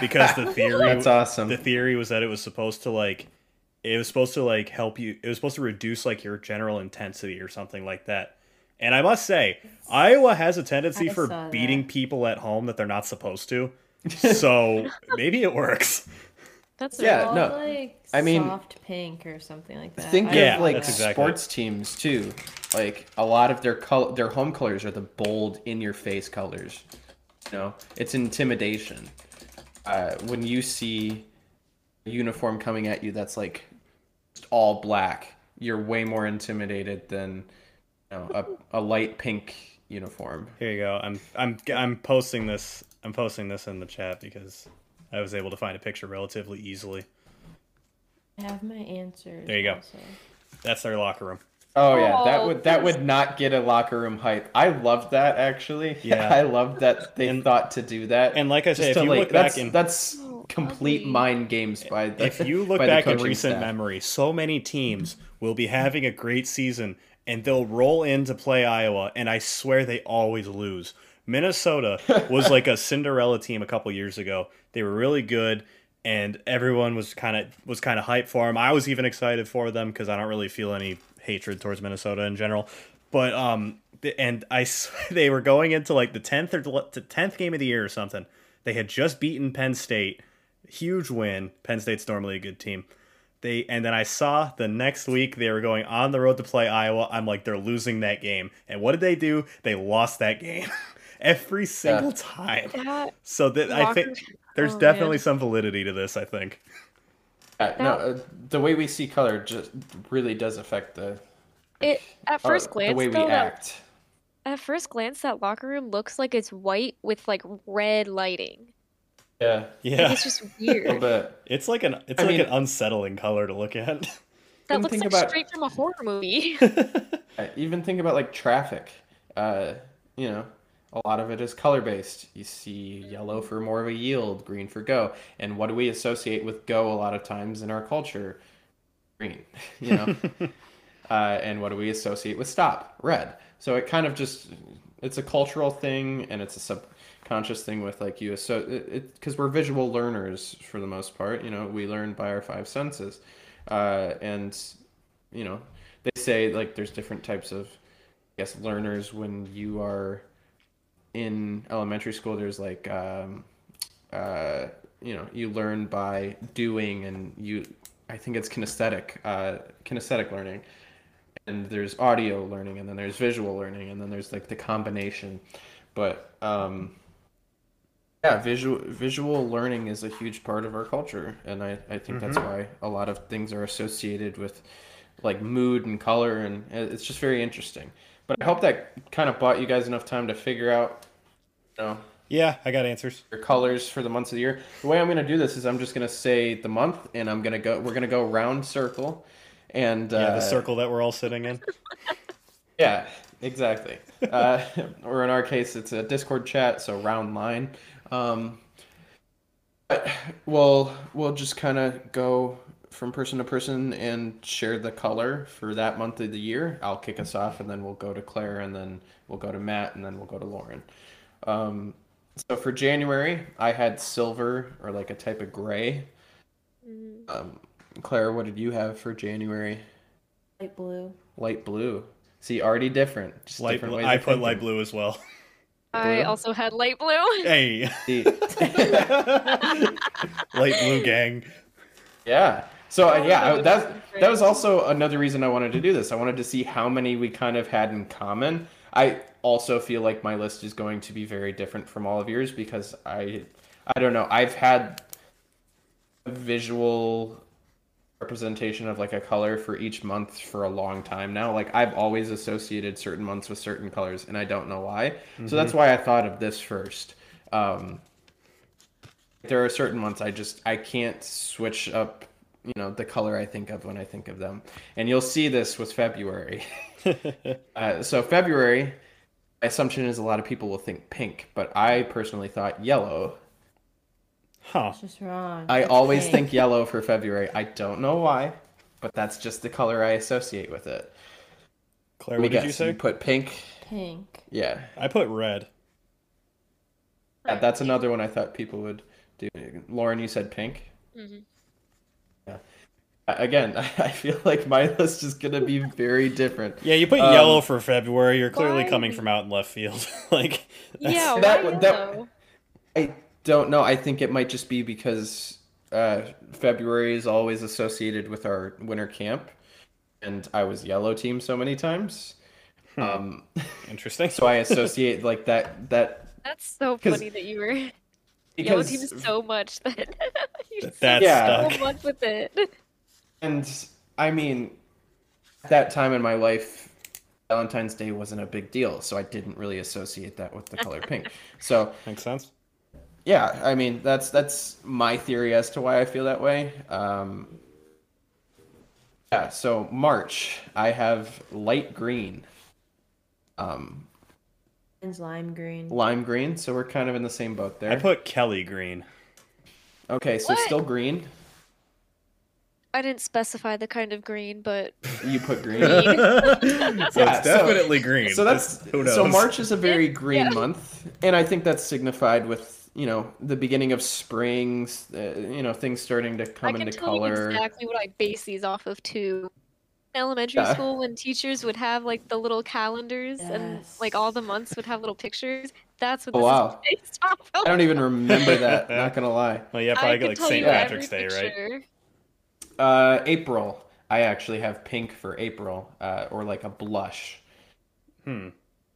because the theory
that's awesome
the theory was that it was supposed to like it was supposed to like help you it was supposed to reduce like your general intensity or something like that and i must say iowa has a tendency
I
for
saw
beating people at home that they're not supposed to so maybe it works
That's
Yeah,
all,
no.
Like,
I mean-
soft pink or something like that.
think
I
of
Yeah,
don't
like
know.
that's exactly-
sports teams too like a lot of their color their home colors are the bold in your face colors you know it's intimidation uh, when you see a uniform coming at you that's like just all black you're way more intimidated than you know, a, a light pink uniform
here you go i'm i'm i'm posting this i'm posting this in the chat because i was able to find a picture relatively easily
I have my answers.
There you go.
also.
that's their locker room
Oh yeah, that
Oh,
would that would not get a locker room hype. I loved that actually.
Yeah.
I loved that they
And-
thought to do that.
and like I
Just
say, if
to,
you
like,
look back
that's,
in-
that's
Oh,
complete
ugly.
mind games by the
if you look
by the
back in
coaching
recent
staff.
memory, so many teams will be having a great season and they'll roll in to play Iowa, and I swear they always lose. Minnesota was like a Cinderella team a couple years ago. They were really good, and everyone was kind of was kind of hyped for them. I was even excited for them because I don't really feel any hatred towards Minnesota in general. But um, th- and I swear they were going into like the tenth or the tenth game of the year or something. They had just beaten Penn State, huge win. Penn State's normally a good team. They and then I saw the next week they were going on the road to play Iowa. I'm like, they're losing that game. And what did they do? They lost that game every single time.
That,
So that I think
Walker-
there's
oh,
definitely
man.
some validity to this. I think.
Yeah, no, uh, the way we see color just really does affect the
it at
uh,
first glance
the way we
though, that,
act.
at first glance that locker room looks like it's white with like red lighting.
Yeah,
Like,
Yeah,
it's just
a little
weird.
bit.
it's like an it's
I
like
mean-
an unsettling color to look at.
that
and
looks
think
like
about-
straight from a horror movie.
Uh, Even think about like traffic. Uh, you know, a lot of it is color based. You see yellow for more of a yield, green for go. And what do we associate with go a lot of times in our culture? Green, you know. uh, and what do we associate with stop? Red. So it kind of just it's a cultural thing and it's a subconscious thing with like you so it because we're visual learners for the most part. You know, we learn by our five senses, uh, and you know they say like there's different types of I guess learners when you are in elementary school. There's like um, uh, you know you learn by doing and you I think it's kinesthetic uh, kinesthetic learning and there's audio learning and then there's visual learning and then there's like the combination but um yeah visual visual learning is a huge part of our culture and i i think
Mm-hmm.
that's why a lot of things are associated with like mood and color and it- it's just very interesting but i hope that kind of bought you guys enough time to figure out you know
yeah, I got answers.
your colors for the months of the year. The way I'm going to do this is I'm just going to say the month, and I'm going to go. We're going to go round circle, and
Yeah,
uh,
the circle that we're all sitting in.
Yeah, exactly. uh, or in our case, it's a Discord chat, so round line. Um, but we'll we'll just kind of go from person to person and share the color for that month of the year. I'll kick us off, and then we'll go to Claire, and then we'll go to Matt, and then we'll go to Lauren. Um, so for January, I had silver or like a type of gray. Um, Claire, what did you have for January?
Light blue.
Light blue. See, already different. Just
Light
different
blue.
ways
I
of
put light
thinking.
blue as well.
I
Blue?
also had light blue.
hey,
See,
light blue gang.
yeah. So uh, yeah, I- that's that was
all.
also another reason I wanted to do this. I wanted to see how many we kind of had in common. I also feel like my list is going to be very different from all of yours because I I don't know. I've had a visual representation of like a color for each month for a long time now. Like I've always associated certain months with certain colors and I don't know why. So that's why I thought of this first. Um there are certain months I just I can't switch up you know the color I think of when I think of them, and you'll see this with February. uh, so February, my assumption is a lot of people will think pink, but I personally thought yellow.
Huh.
That's just wrong.
I
It's
always
pink.
think yellow for February. I don't know why, but that's just the color I associate with it.
Claire,
Let me
what did you
guess,
say?
put pink.
pink.
Yeah.
I put red.
yeah, Uh, that's another one I thought people would do. Lauren, you said pink.
Mhm.
Yeah. A- Again, I feel like my list is gonna be very different.
Yeah, you put
Um,
yellow for February. You're clearly
why?
coming from out in left field. like, that's-
Yeah,
That-
why
that-
yellow?
I don't know. I think it might just be because uh, February is always associated with our winter camp, and I was yellow team so many times. Um,
interesting.
so I associate like that that
That's so
'Cause-
funny that you were yellow
because
team so much that you
That- that's
Yeah.
stuck.
so much with it.
and I mean at that time in my life Valentine's Day wasn't a big deal, so I didn't really associate that with the color pink. So
Makes sense.
yeah, I mean that's that's my theory as to why I feel that way. Um, yeah, so March I have light green, um,
Mine's lime green.
lime green, so we're kind of in the same boat there.
I put Kelly green.
okay, so
What?
still green.
I didn't specify the kind of green, but
You put green.
so
Yeah,
it's
so-
definitely green.
So that's
Just- who knows.
so March is a very green month, and I think that's signified with you know the beginning of springs, uh, you know things starting to
I
come
can
into
tell
color.
you exactly what I base these off of too. In elementary
Yeah.
school, when teachers would have like the little calendars and like
Yes.
all the months would have little pictures, that's what
Oh,
this
wow.
is based off of.
I don't even remember that. not gonna lie.
Well, yeah, probably
I can
like
tell
St.
you every
Patrick's Day, right?
picture.
Uh, April. I actually have pink for April, uh, or like a blush.
Hmm.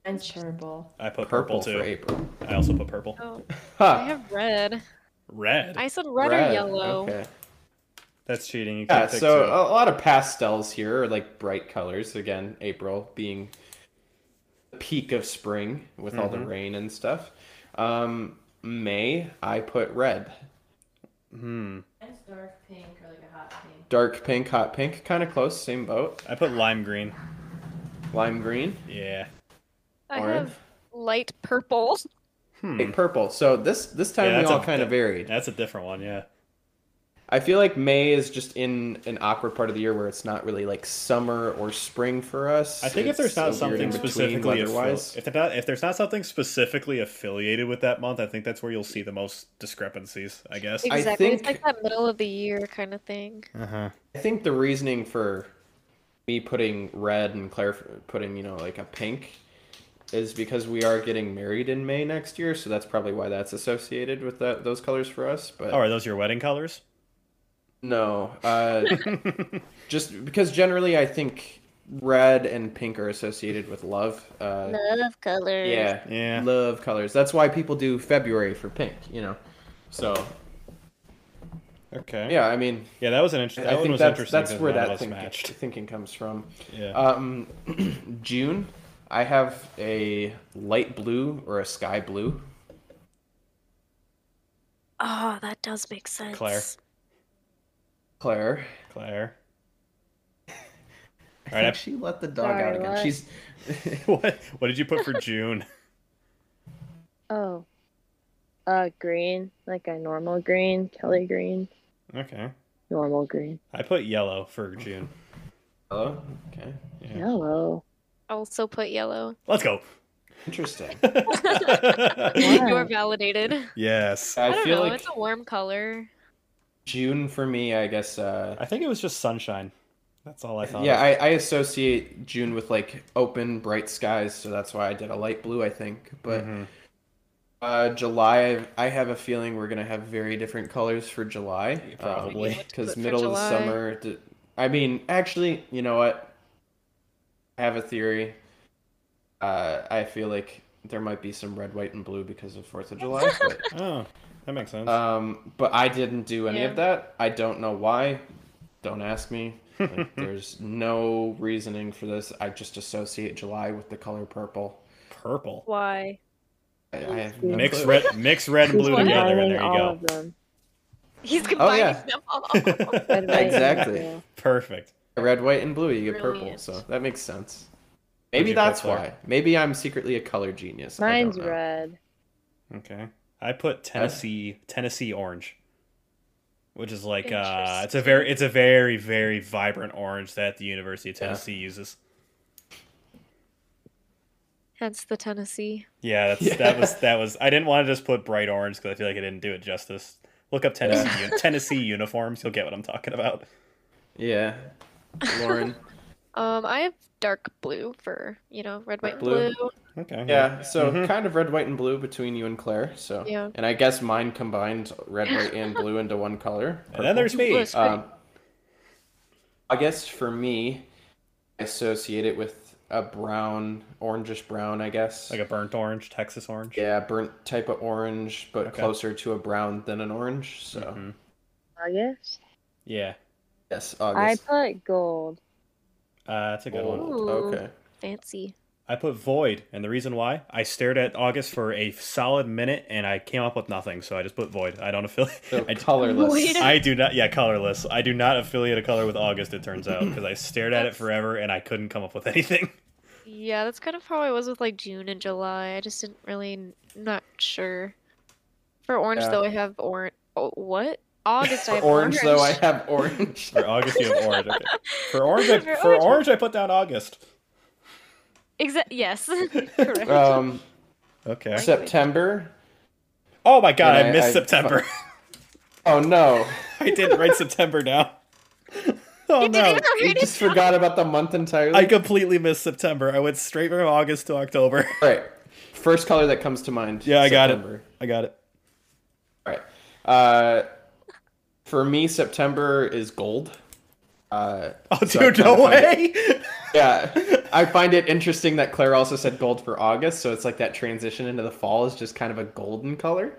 Mine's purple.
I put purple,
Purple for
too.
April.
I also put purple.
Oh, I
Ha!
have red.
Red.
I said red,
Ah. red.
or yellow.
Okay.
That's cheating. You
Yeah,
can't pick
so uh,
two.
a a lot of pastels here are like bright colors. Again, April being the peak of spring with all the
Mhm.
rain and stuff. Um, May, I put red.
Hmm.
Mine's dark pink or like a hot pink.
Dark pink, hot pink, kind of close, same boat.
I put lime green.
Lime green,
Yeah.
I
orange,
have light purple.
Hmm.
Hey, purple. So this this time
Yeah,
we
that's
all
a-
kind of varied.
That's a different one. Yeah.
I feel like May is just in an awkward part of the year where it's not really like summer or spring for us.
I think
It's
if there's not
so weird in
something
between
specifically
weather-wise.
affili- if they're not if there's not something specifically affiliated with that month, I think that's where you'll see the most discrepancies. I guess.
I
Exactly. It's
think-
like that middle of the year kind of thing.
Uh-huh.
I think the reasoning for me putting red and Claire f- putting, you know, like a pink is because we are getting married in May next year, so that's probably why that's associated with that those colors for us. But
Oh, are those your wedding colors?
no, uh, just because generally I think red and pink are associated with love. Uh,
Love colors.
yeah,
Yeah.
love colors. That's why people do February for pink, you know. So
Okay.
yeah, I mean,
Yeah, that was an interesting. That
I
one
think
was
that's
interesting
that's
because
where
none of
that
us
think,
matched.
thinking comes from.
Yeah.
Um, June, I have a light blue or a sky blue.
Oh, that does make sense.
Claire.
Claire,
Claire.
I
All right.
think she let the dog out
Sorry,
again.
what?
She's
I- what What did you put for June?
Oh. Uh, green, like a normal green, Kelly green,
Okay.
normal green,
I put yellow for June.
Hello? Okay.
Yeah.
yellow.
Also put yellow.
Let's go.
Interesting.
you are validated.
yes.
I,
I,
don't
feel
know.
like
It's a warm color.
June for me, I guess. Uh,
I think it was just sunshine. That's all I thought.
yeah,
of.
I, I associate June with like open, bright skies, so that's why I did a light blue, I think. But
Mhm.
uh, July, I have a feeling we're gonna have very different colors for July.
Probably.
What to put
because
for
middle of the
July.
summer. d I I mean, actually, you know what? I have a theory. Uh, I feel like there might be some red, white, and blue because of Fourth of July. but-
Oh, that makes sense.
Um, but I didn't do any
Yeah.
of that. I don't know why. Don't ask me. Like, there's no reasoning for this. I just associate July with the color purple.
Purple.
Why?
I, I have no
Mix
clue.
red, mix red and
She's
blue together, and
combining
there
all
you
of them.
He's combining
Oh, yeah.
them all.
Red,
go.
white, and
Exactly.
blue.
Perfect.
Red, white, and blue. You get purple,
Brilliant.
so that makes sense.
What'd
Maybe
you
that's
pick, Claire?
why. Maybe I'm secretly a color genius. I don't
Mine's
know.
red.
Okay. I put Tennessee Tennessee orange. Which is like uh it's a
Interesting.
very it's a very, very vibrant orange that the University of Tennessee uses.
Hence the Tennessee.
Yeah, that's, that was that was I didn't want to just put bright orange because I feel like I didn't do it justice. Look up Tennessee un- Tennessee uniforms, you'll get what I'm talking about.
Yeah. Lauren.
Um, I have dark blue for you know red, white, and
Blue.
blue.
Okay.
Yeah, so
Mhm.
kind of red, white, and blue between you and Claire. So
Yeah.
and I guess mine combined red, white, and blue into one color.
And then there's me.
Looks
Um, I guess for me, I associate it with a brown, orangish brown, I guess.
Like a burnt orange, Texas orange.
yeah, burnt type of orange, but
Okay.
closer to a brown than an orange. So
Mhm.
August.
Yeah.
yes,
I
August.
put gold.
Uh, that's a good one.
Gold.
Ooh.
Okay.
fancy.
I put void, and the reason why I stared at August for a solid minute, and I came up with nothing. So I just put void. I don't affiliate.
So
I,
colorless.
Wait.
I do not. Yeah, colorless. I do not affiliate a color with August. It turns out because I stared at it forever and I couldn't come up with anything.
Yeah, that's kind of how I was with like June and July. I just didn't really not sure. For orange
Yeah.
though, I have orange. Oh, what? August. I
For
have
orange though, I have orange.
For August, you have orange. Okay. For orange, I,
For
for
orange-
orange, I put down August.
Exa- yes.
Oh,
Correct.
um,
Okay.
September.
Oh my god,
and
I
I-
missed
I-
September.
Oh no.
I didn't write September down. Oh
You
no.
didn't even
You
read it.
just forgot about the month entirely.
I completely missed September. I went straight from August to October.
All right. First color that comes to mind.
Yeah, I got it.
September.
I got it.
All right. Uh, for me, September is gold. Uh,
Oh,
so I
dude,
kinda
no
find it-
way.
yeah, I find it interesting that Claire also said gold for August, so it's like that transition into the fall is just kind of a golden color.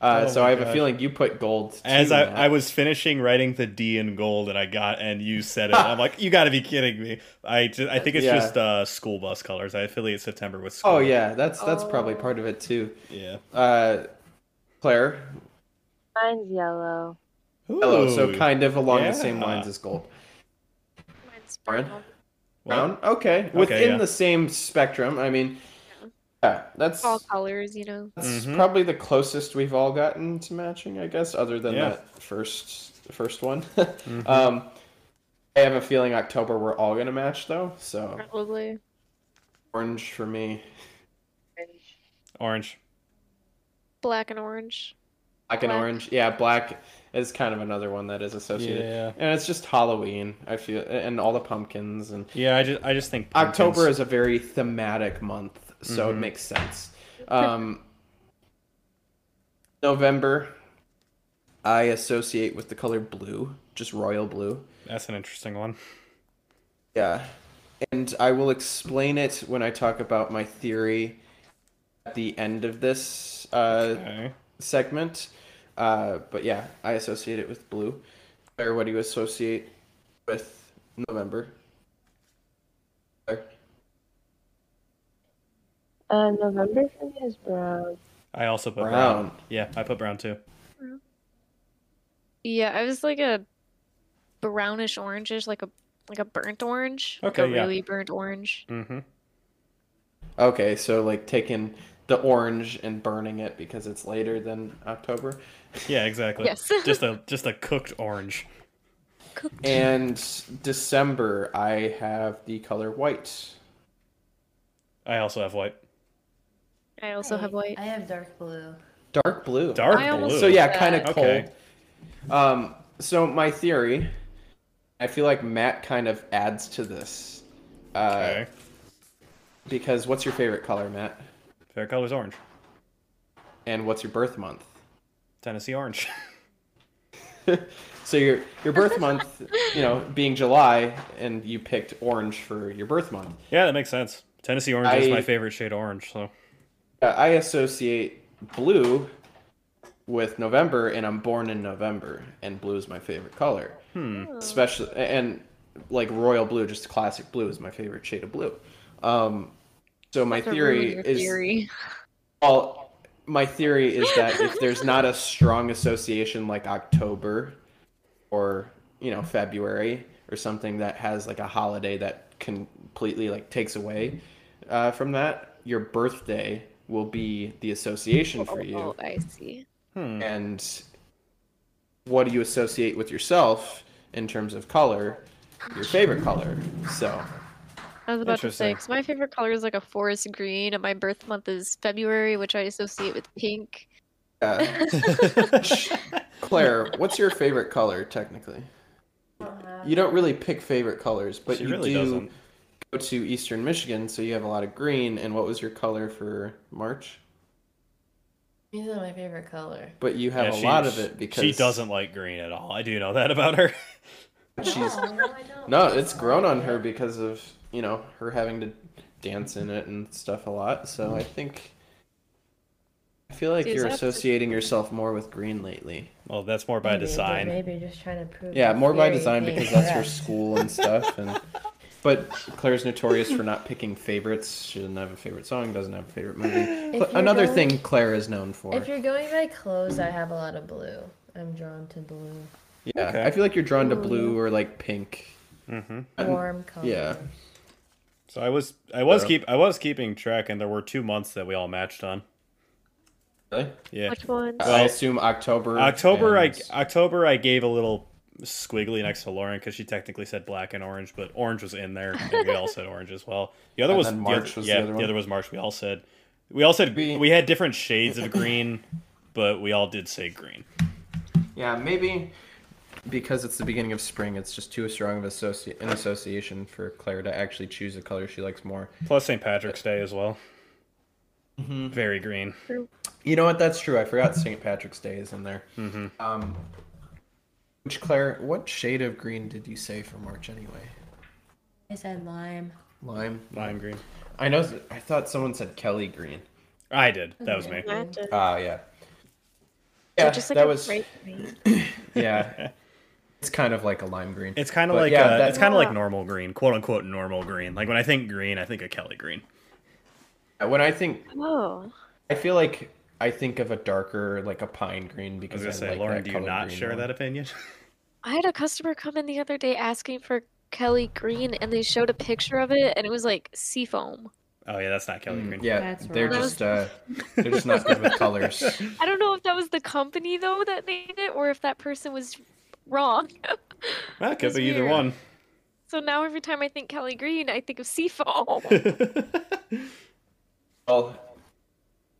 Uh,
Oh
so
my
I have a
gosh.
feeling you put gold. too,
As I,
Matt.
I was finishing writing the D in gold, and I got and you said it. I'm like, you got to be kidding me. I, ju- I think it's
Yeah.
just uh, school bus colors. I affiliate September with school.
Oh yeah, that's that's probably
Oh.
part of it too.
yeah.
Uh, Claire,
Mine's yellow.
hello. So
Ooh.
kind of along the same
yeah.
lines as gold.
Mine's
Lauren?
brown.
Well,
Brown. Okay, within
yeah.
the same spectrum. I mean, yeah, that's
All colors, you know.
That's
Mhm.
probably the closest we've all gotten to matching, I guess, other than
Yeah. Mm-hmm.
that first first one. um, I have a feeling October we're all gonna match though, so
Probably.
orange for me.
Orange.
Orange.
Black and orange.
Black and
Black.
orange, yeah. Black is kind of another one that is associated,
Yeah.
and it's just Halloween. I feel, and all the pumpkins, and
Yeah. I just I just think
October
pumpkins-
is a very thematic month, so it makes sense. Um, November, I associate with the color blue, just royal blue.
That's an interesting one.
Yeah. And I will explain it when I talk about my theory at the end of this uh,
Okay.
segment. Uh, but yeah, I associate it with blue. Or what do you associate with November? Or-
Uh, November for me is brown.
I also put brown.
Brown.
Yeah, I put brown too.
Yeah, I was like a brownish orangish, like a like a burnt orange. Like a
Okay, yeah.
really burnt orange.
Mm-hmm.
Okay, so like taking the orange and burning it because it's later than October.
Yeah, exactly.
Yes.
just a just a cooked orange.
And December, I have the color white.
I also have white.
I also have white.
I have dark blue.
Dark blue.
Dark
I
blue.
almost
So yeah, kind
Yeah.
of
Okay.
cold. Um, so my theory, I feel like Matt kind of adds to this, uh,
Okay.
because what's your favorite color, Matt?
Fair color's orange.
And what's your birth month?
Tennessee orange.
So your your birth month, you know, being July, and you picked orange for your birth month.
yeah, that makes sense. Tennessee orange is
I-
my favorite shade of orange, so
Uh, I associate blue with November, and I'm born in November, and blue is my favorite color.
hmm.
especially and like royal blue just classic blue is my favorite shade of blue um so my
That's a
theory
really good
is
theory.
well my theory is that if there's not a strong association like october or you know february or something that has like a holiday that completely like takes away uh, from that your birthday will be the association for you
Oh, I see.
Hmm.
and what do you associate with yourself in terms of color your favorite color so
I was about to say
Interesting.
because my favorite color is like a forest green, and my birth month is February, which I associate with pink.
uh, claire what's your favorite color technically you don't really pick favorite colors but
She
you
really
do
doesn't.
go to eastern michigan so you have a lot of green and what was your color for march
Green's not my favorite color.
but you have
Yeah,
a
she-
lot of it because
she doesn't like green at all. I do know that about her.
she's
Oh, No, no, I don't.
no it's grown on her because of you know her having to dance in it and stuff a lot so i think i feel like
Dude,
you're
that's-
associating yourself more with green lately
well, that's more by
Maybe, but
design.
Maybe just trying to prove.
yeah
the
more by
theory
design
being
because that's her
correct.
school and stuff and but claire's notorious for not picking favorites she doesn't have a favorite song doesn't have a favorite movie
If
But
you're
another
going-
thing claire is known for
If you're going by clothes, I have a lot of blue. I'm drawn to blue.
yeah
Okay.
i feel like you're drawn to blue or like pink
hmm
And-
Warm color.
yeah
So I was I was
So-
keep I was keeping track, and there were two months that we all matched on.
really
Yeah,
Which one?
i
Well,
assume october
October
and-
I October I gave a little squiggly next to Lauren because she technically said black and orange, but orange was in there, and we all said orange as well. The other
And
was
then
the
March
oth-
was the
yeah,
other one.
the other was March. We all said we all said
We-
we had different shades of green, but we all did say green.
Yeah, maybe because it's the beginning of spring, it's just too strong of associ- an association for Claire to actually choose a color she likes more.
Plus St. Patrick's Day as well.
Mm-hmm.
Very green.
You know what? That's true. I forgot St. Patrick's Day is in there.
Mm-hmm.
Um, which Claire? What shade of green did you say for March anyway?
I said lime.
Lime.
Lime green.
I know. I thought someone said Kelly green.
I did. That was me.
Gotcha.
Ah, yeah.
They're
Yeah,
just like
that
a
was
bright green.
yeah. It's kind of like a lime green.
It's kind of
But
like
yeah,
uh,
that-
it's kind of
Yeah.
like normal green, quote unquote normal green. Like when I think green, I think of Kelly green.
when I think
Oh,
I feel like I think of a darker, like a pine green,
I was
because I,
gonna say,
like
Lauren,
that
do you
color
not
green
share
more.
that opinion?
I had a customer come in the other day asking for Kelly Green, and they showed a picture of it, and it was like seafoam.
oh yeah, that's not Kelly green.
Mm, Yeah,
That's
they're
wrong.
just uh, they're just not good with colors.
I don't know if that was the company though that made it, or if that person was wrong.
That could
That's
be either
weird.
one.
so now every time I think Kelly Green, I think of seafoam.
Well,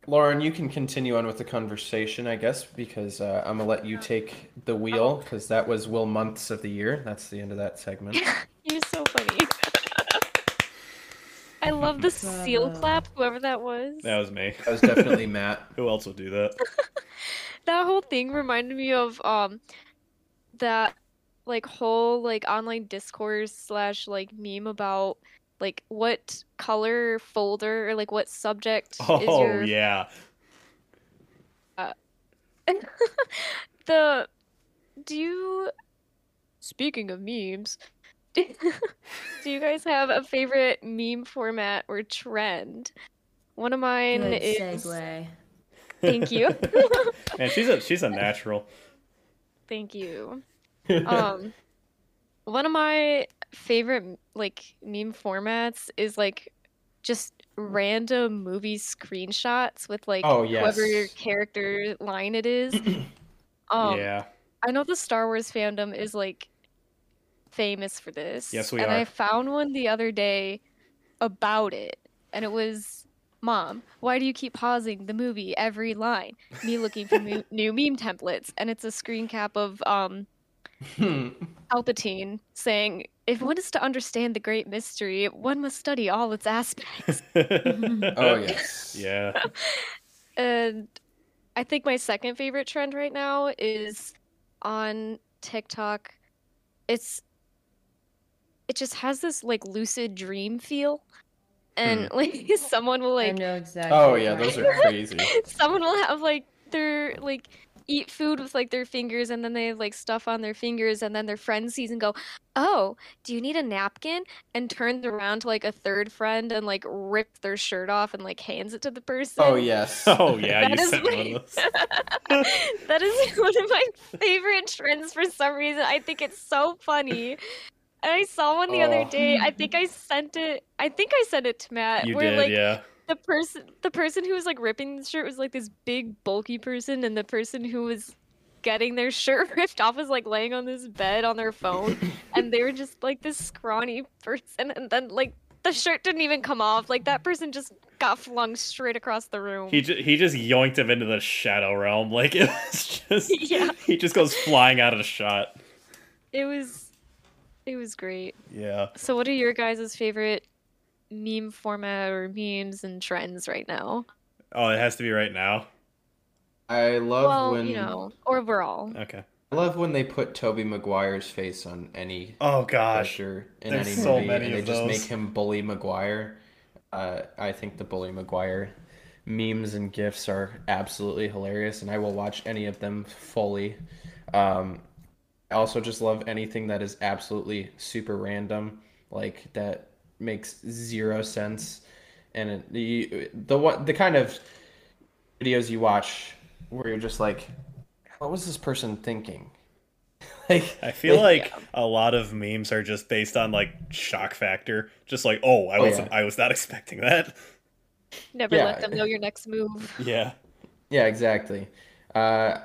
Lauren, you can continue on with the conversation, I guess, because uh, I'm gonna let you take the
Oh.
wheel because that was will months of the year. That's the end of that segment.
You're so funny. I love the seal
Bravo.
clap, whoever that was.
that was me.
That was definitely Matt.
Who else would do that?
that whole thing reminded me of um that like whole like online discourse slash like meme about like what color folder or like what subject is
Oh
your
yeah.
the do you speaking of memes do you guys have a favorite meme format or trend one of mine
Good
is
segue.
thank you
Man, she's a she's a natural.
Thank you. Um, one of my favorite like meme formats is like just random movie screenshots with like
Oh,
whoever your
yes.
character line it is. um,
yeah.
I know the Star Wars fandom is like famous for this.
Yes, we
and
are.
I found one the other day about it, and it was, "Mom, why do you keep pausing the movie every line?" Me looking for mu- new meme templates, and it's a screen cap of um
Hmm.
Palpatine saying, "If one is to understand the great mystery, one must study all its aspects."
oh yes.
Yeah.
And I think my second favorite trend right now is on TikTok. It's it just has this like lucid dream feel. And like someone will
I
like
know exactly.
Oh yeah,
what
those
you're
are
talking
crazy.
someone will have like their like eat food with like their fingers and then they have like stuff on their fingers and then their friend sees and go, "Oh, do you need a napkin?" and turns around to like a third friend and like rips their shirt off and like hands it to the person.
Oh yes.
Oh yeah,
That
you
is
sent one of those.
that is one of my favorite trends for some reason. I think it's so funny. And I saw one the other
Oh.
day. I think I sent it. I think I sent it to Matt.
You
where
did,
like
yeah.
the person, the person who was like ripping the shirt was like this big bulky person, and the person who was getting their shirt ripped off was like laying on this bed on their phone, and they were just like this scrawny person, and then like the shirt didn't even come off. Like that person just got flung straight across the room.
He ju- he just yoinked him into the shadow realm. Like it was just
Yeah.
he just goes flying out of the shot.
It was, it was great.
Yeah.
So, what are your guys' favorite meme format or memes and trends right now?
Oh, it has to be right now.
I love
well,
when
you know, overall.
Okay.
I love when they put Toby Maguire's face on any
Oh gosh.
character in
there's
any
so
movie,
many
and they
of
just
those.
make him bully Maguire. Uh, I think the bully Maguire memes and gifs are absolutely hilarious, and I will watch any of them fully. Um, I also just love anything that is absolutely super random, like that makes zero sense, and it, the the one the kind of videos you watch where you're just like, what was this person thinking? like
I feel like a lot of memes are just based on like shock factor. Just like, oh, I
Oh,
wasn't
yeah.
I was not expecting that.
Never let
Yeah.
them know your next move.
Yeah.
Yeah, exactly. Uh,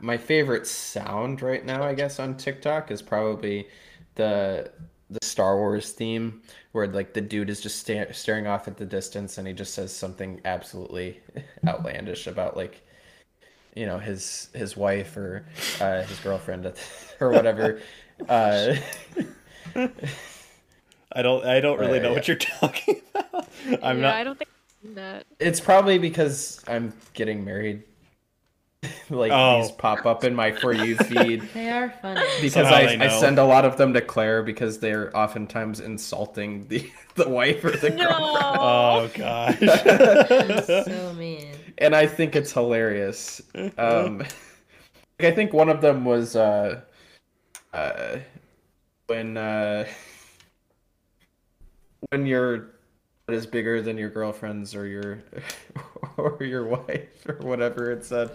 my favorite sound right now, I guess, on TikTok is probably the the Star Wars theme, where like the dude is just sta staring off at the distance, and he just says something absolutely outlandish about like, you know, his his wife or uh, his girlfriend at or whatever. Uh,
I don't I don't really
Uh,
know
yeah.
what you're talking about. I'm
yeah,
not
I don't think I've seen that.
it's probably because I'm getting married. Like
Oh.
these pop up in my For You feed.
They are funny.
because
Somehow
I,
they
I
know.
send a lot of them to Claire because they're oftentimes insulting the the wife or the girlfriend,
Oh gosh.
so mean.
and I think it's hilarious. Um, like, I think one of them was uh, uh, when uh, when your butt is bigger than your girlfriend's or your or your wife or whatever it said,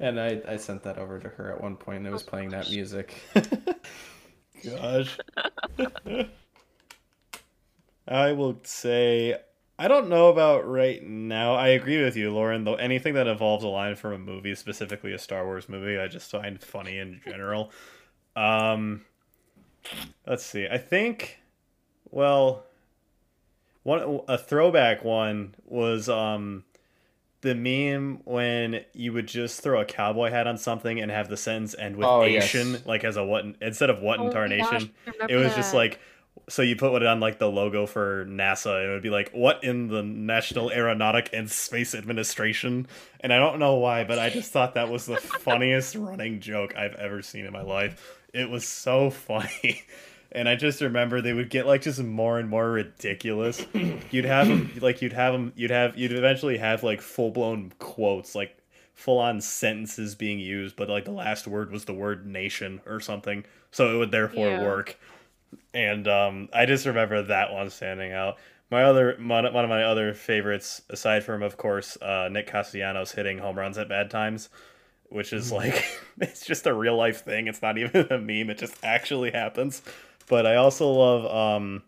and I I sent that over to her at one point. And it was playing that music.
Gosh. I will say I don't know about right now. I agree with you, Lauren, though anything that involves a line from a movie, specifically a Star Wars movie, I just find funny in general. Um let's see. I think well one a throwback one was um the meme when you would just throw a cowboy hat on something and have the sentence end with
Oh, yes.
nation like as a what instead of what
Oh my gosh,
incarnation
I remember
it was just
that.
like so you put it on like the logo for NASA and it would be like what in the National Aeronautic and Space Administration and I don't know why but I just thought that was the funniest running joke I've ever seen in my life. It was so funny. And I just remember they would get like just more and more ridiculous. You'd have 'em- like you'd have them you'd have you'd eventually have like full-blown quotes like full on sentences being used, but like the last word was the word nation or something. So it would therefore
Yeah.
work. And um, I just remember that one standing out. My other one one of my other favorites, aside from of course uh, Nick Castellanos hitting home runs at bad times, which is like it's just a real life thing. It's not even a meme. It just actually happens. But I also love um,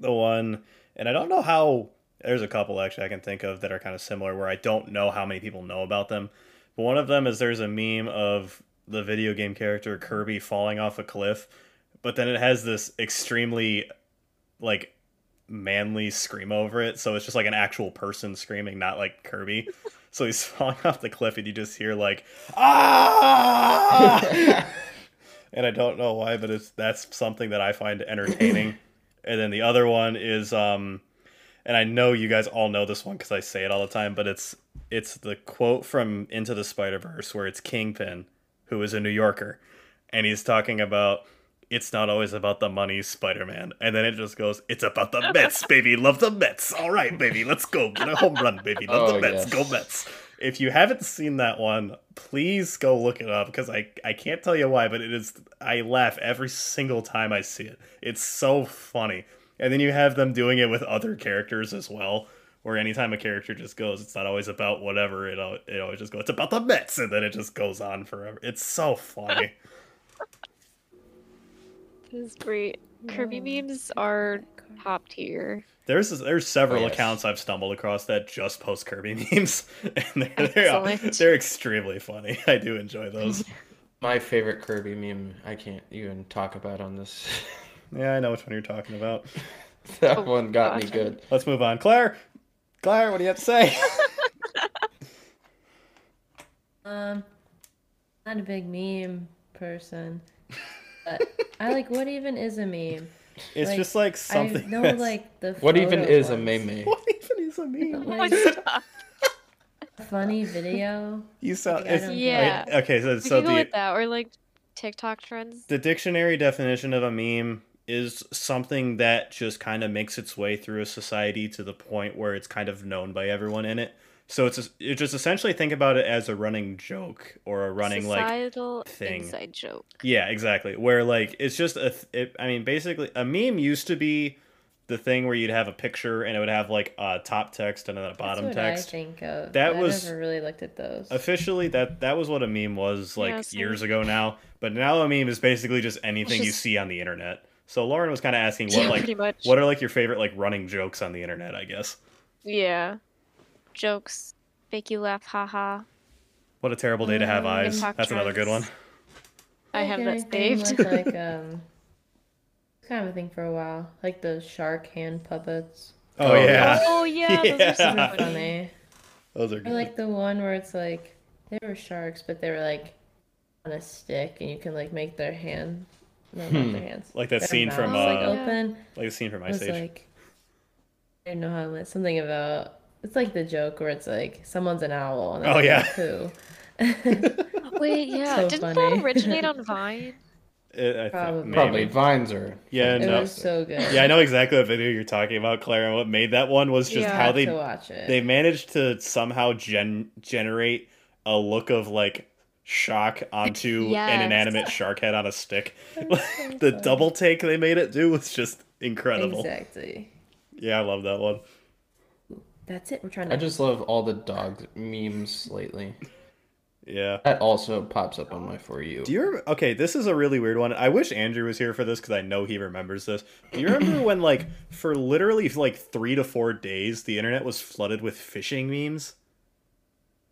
the one, and I don't know how There's a couple actually I can think of that are kind of similar where I don't know how many people know about them. But one of them is there's a meme of the video game character Kirby falling off a cliff, but then it has this extremely like manly scream over it. So it's just like an actual person screaming, not like Kirby. So he's falling off the cliff and you just hear like ah and I don't know why, but it's that's something that I find entertaining. and then the other one is um and I know you guys all know this one cuz I say it all the time, but it's it's the quote from Into the Spider-Verse where it's Kingpin who is a New Yorker and he's talking about it's not always about the money, Spider-Man. And then it just goes, it's about the Mets, baby. Love the Mets. All right, baby. Let's go. Get a home run, baby. Love
Oh,
the Mets.
yes.
Go Mets. If you haven't seen that one, please go look it up because I, I can't tell you why, but it is I laugh every single time I see it. It's so funny. And then you have them doing it with other characters as well. Where anytime a character just goes, it's not always about whatever. It al- it always just goes, it's about the Mets, and then it just goes on forever. It's so funny.
This is great. Kirby
Whoa.
memes are top tier.
There's there's several
Oh, yes.
accounts I've stumbled across that just post Kirby memes, and they're they're,
Excellent.
they're extremely funny. I do enjoy those.
My favorite Kirby meme I can't even talk about on this.
yeah, I know which one you're talking about.
that
Oh,
one got me
gosh.
good.
Let's move on, Claire. Claire, what do you have to say?
Um, not a big meme person, but I like what even is a meme.
it's
Like,
just like
I
something.
know
that's-
like the
What even
photo
is a
ones.
meme?
What even is a meme?
Like
Stop.
a funny video.
You sound.
Like, I
it's-
don't-
Yeah.
I- okay, so
We
so
can go
the
with that, or like TikTok trends.
The dictionary definition of a meme is something that just kind of makes its way through a society to the point where it's kind of known by everyone in it. So it's you just essentially think about it as a running joke or a running like
Societal
thing.
inside joke.
yeah, exactly. Where like it's just a th- it, I mean basically a meme used to be the thing where you'd have a picture and it would have like a top text and then a
That's
bottom
what I
text.
think of.
That
but
was-
I never really looked at those.
Officially that that was what a meme was like
Yeah, same.
years ago now, but now a meme is basically just anything you
just-
see on the internet. So Lauren was kind of asking what
yeah,
like
pretty much.
What are like your favorite like running jokes on the internet? I guess.
Yeah. Jokes. Make you laugh, haha.
What a terrible day to have
Uh,
Um,
eyes.
TikTok
That's another good one.
trends. I have that
anything
saved.
With, like um, it's kind of a thing for a while, like those shark hand puppets.
Oh,
Oh,
yeah.
yeah.
Oh yeah, those are
Those
Yeah.
are
super funny.
funny.
those are
Or
good.
like the one where it's like they were sharks, but they were like on a stick, and you can like make their hand. No, not their hands.
Hmm. Like that
their
scene from,
mouths, like
uh,
open.
like a scene from
It
Ice
was
Age.
like I don't know how it went. Something about it's like the joke where it's like someone's an owl. And they're
Oh,
like,
yeah.
who?
Wait, yeah.
So
Didn't
funny.
that originate on Vine?
It- I think-
Probably.
Probably
maybe.
vines are.
Yeah,
It
no.
was so good.
Yeah, I know exactly what video you're talking about, Claire. And what made that one was just
Yeah.
how
Have
they
to watch it.
they managed to somehow gen- generate a look of like shock onto an
Yes.
inanimate shark head on a stick.
That's so
the
funny.
double take they made it do was just incredible.
Exactly.
Yeah, I love that one.
That's it. We're trying to.
I just love all the dog memes lately.
Yeah.
That also pops up on my for you.
Do you remember? Okay, this is a really weird one. I wish Andrew was here for this because I know he remembers this. Do you remember when, like, for literally like three to four days, the internet was flooded with phishing memes?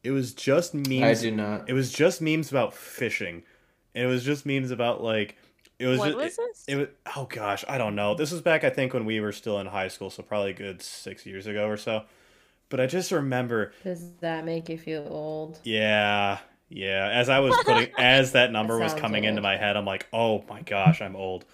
It was just
I
memes.
do not.
It was just memes about fishing, and it was just memes about like it was.
What
ju-
was this?
it, it was oh gosh, I don't know. This was back I think when we were still in high school, so probably a good six years ago or so. But I just remember
Does that make you feel old?
Yeah, yeah. As I was putting, as that number was
sounds
coming into
old.
my head, I'm like, oh my gosh, I'm old.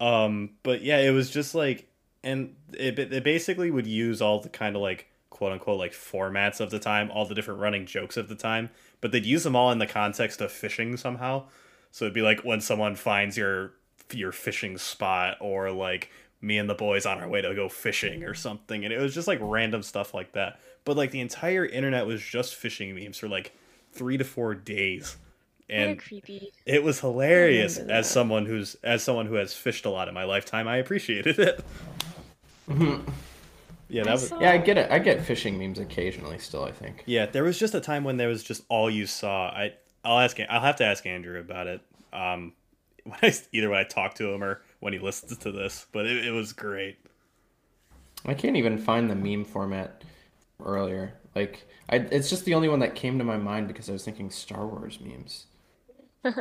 Um, but yeah, it was just like, and it it basically would use all the kind of like quote unquote like formats of the time, all the different running jokes of the time, but they'd use them all in the context of fishing somehow. So it'd be like when someone finds your your fishing spot, or like me and the boys on our way to go fishing or something, and it was just like random stuff like that. But like the entire internet was just fishing memes for like three to four days,
They're
and
creepy.
it was hilarious.
remember
As
that.
someone who's as someone who has fished a lot in my lifetime, I appreciated it.
Mhm.
yeah,
I
that was.
saw-
yeah, I get it. I get phishing memes occasionally still, I think.
Yeah, there was just a time when there was just all you saw. I I'll ask I'll have to ask Andrew about it. Um, when I, either when I talk to him or when he listens to this, but it, it was great.
I can't even find the meme format from earlier. Like, I, it's just the only one that came to my mind because I was thinking Star Wars memes.
I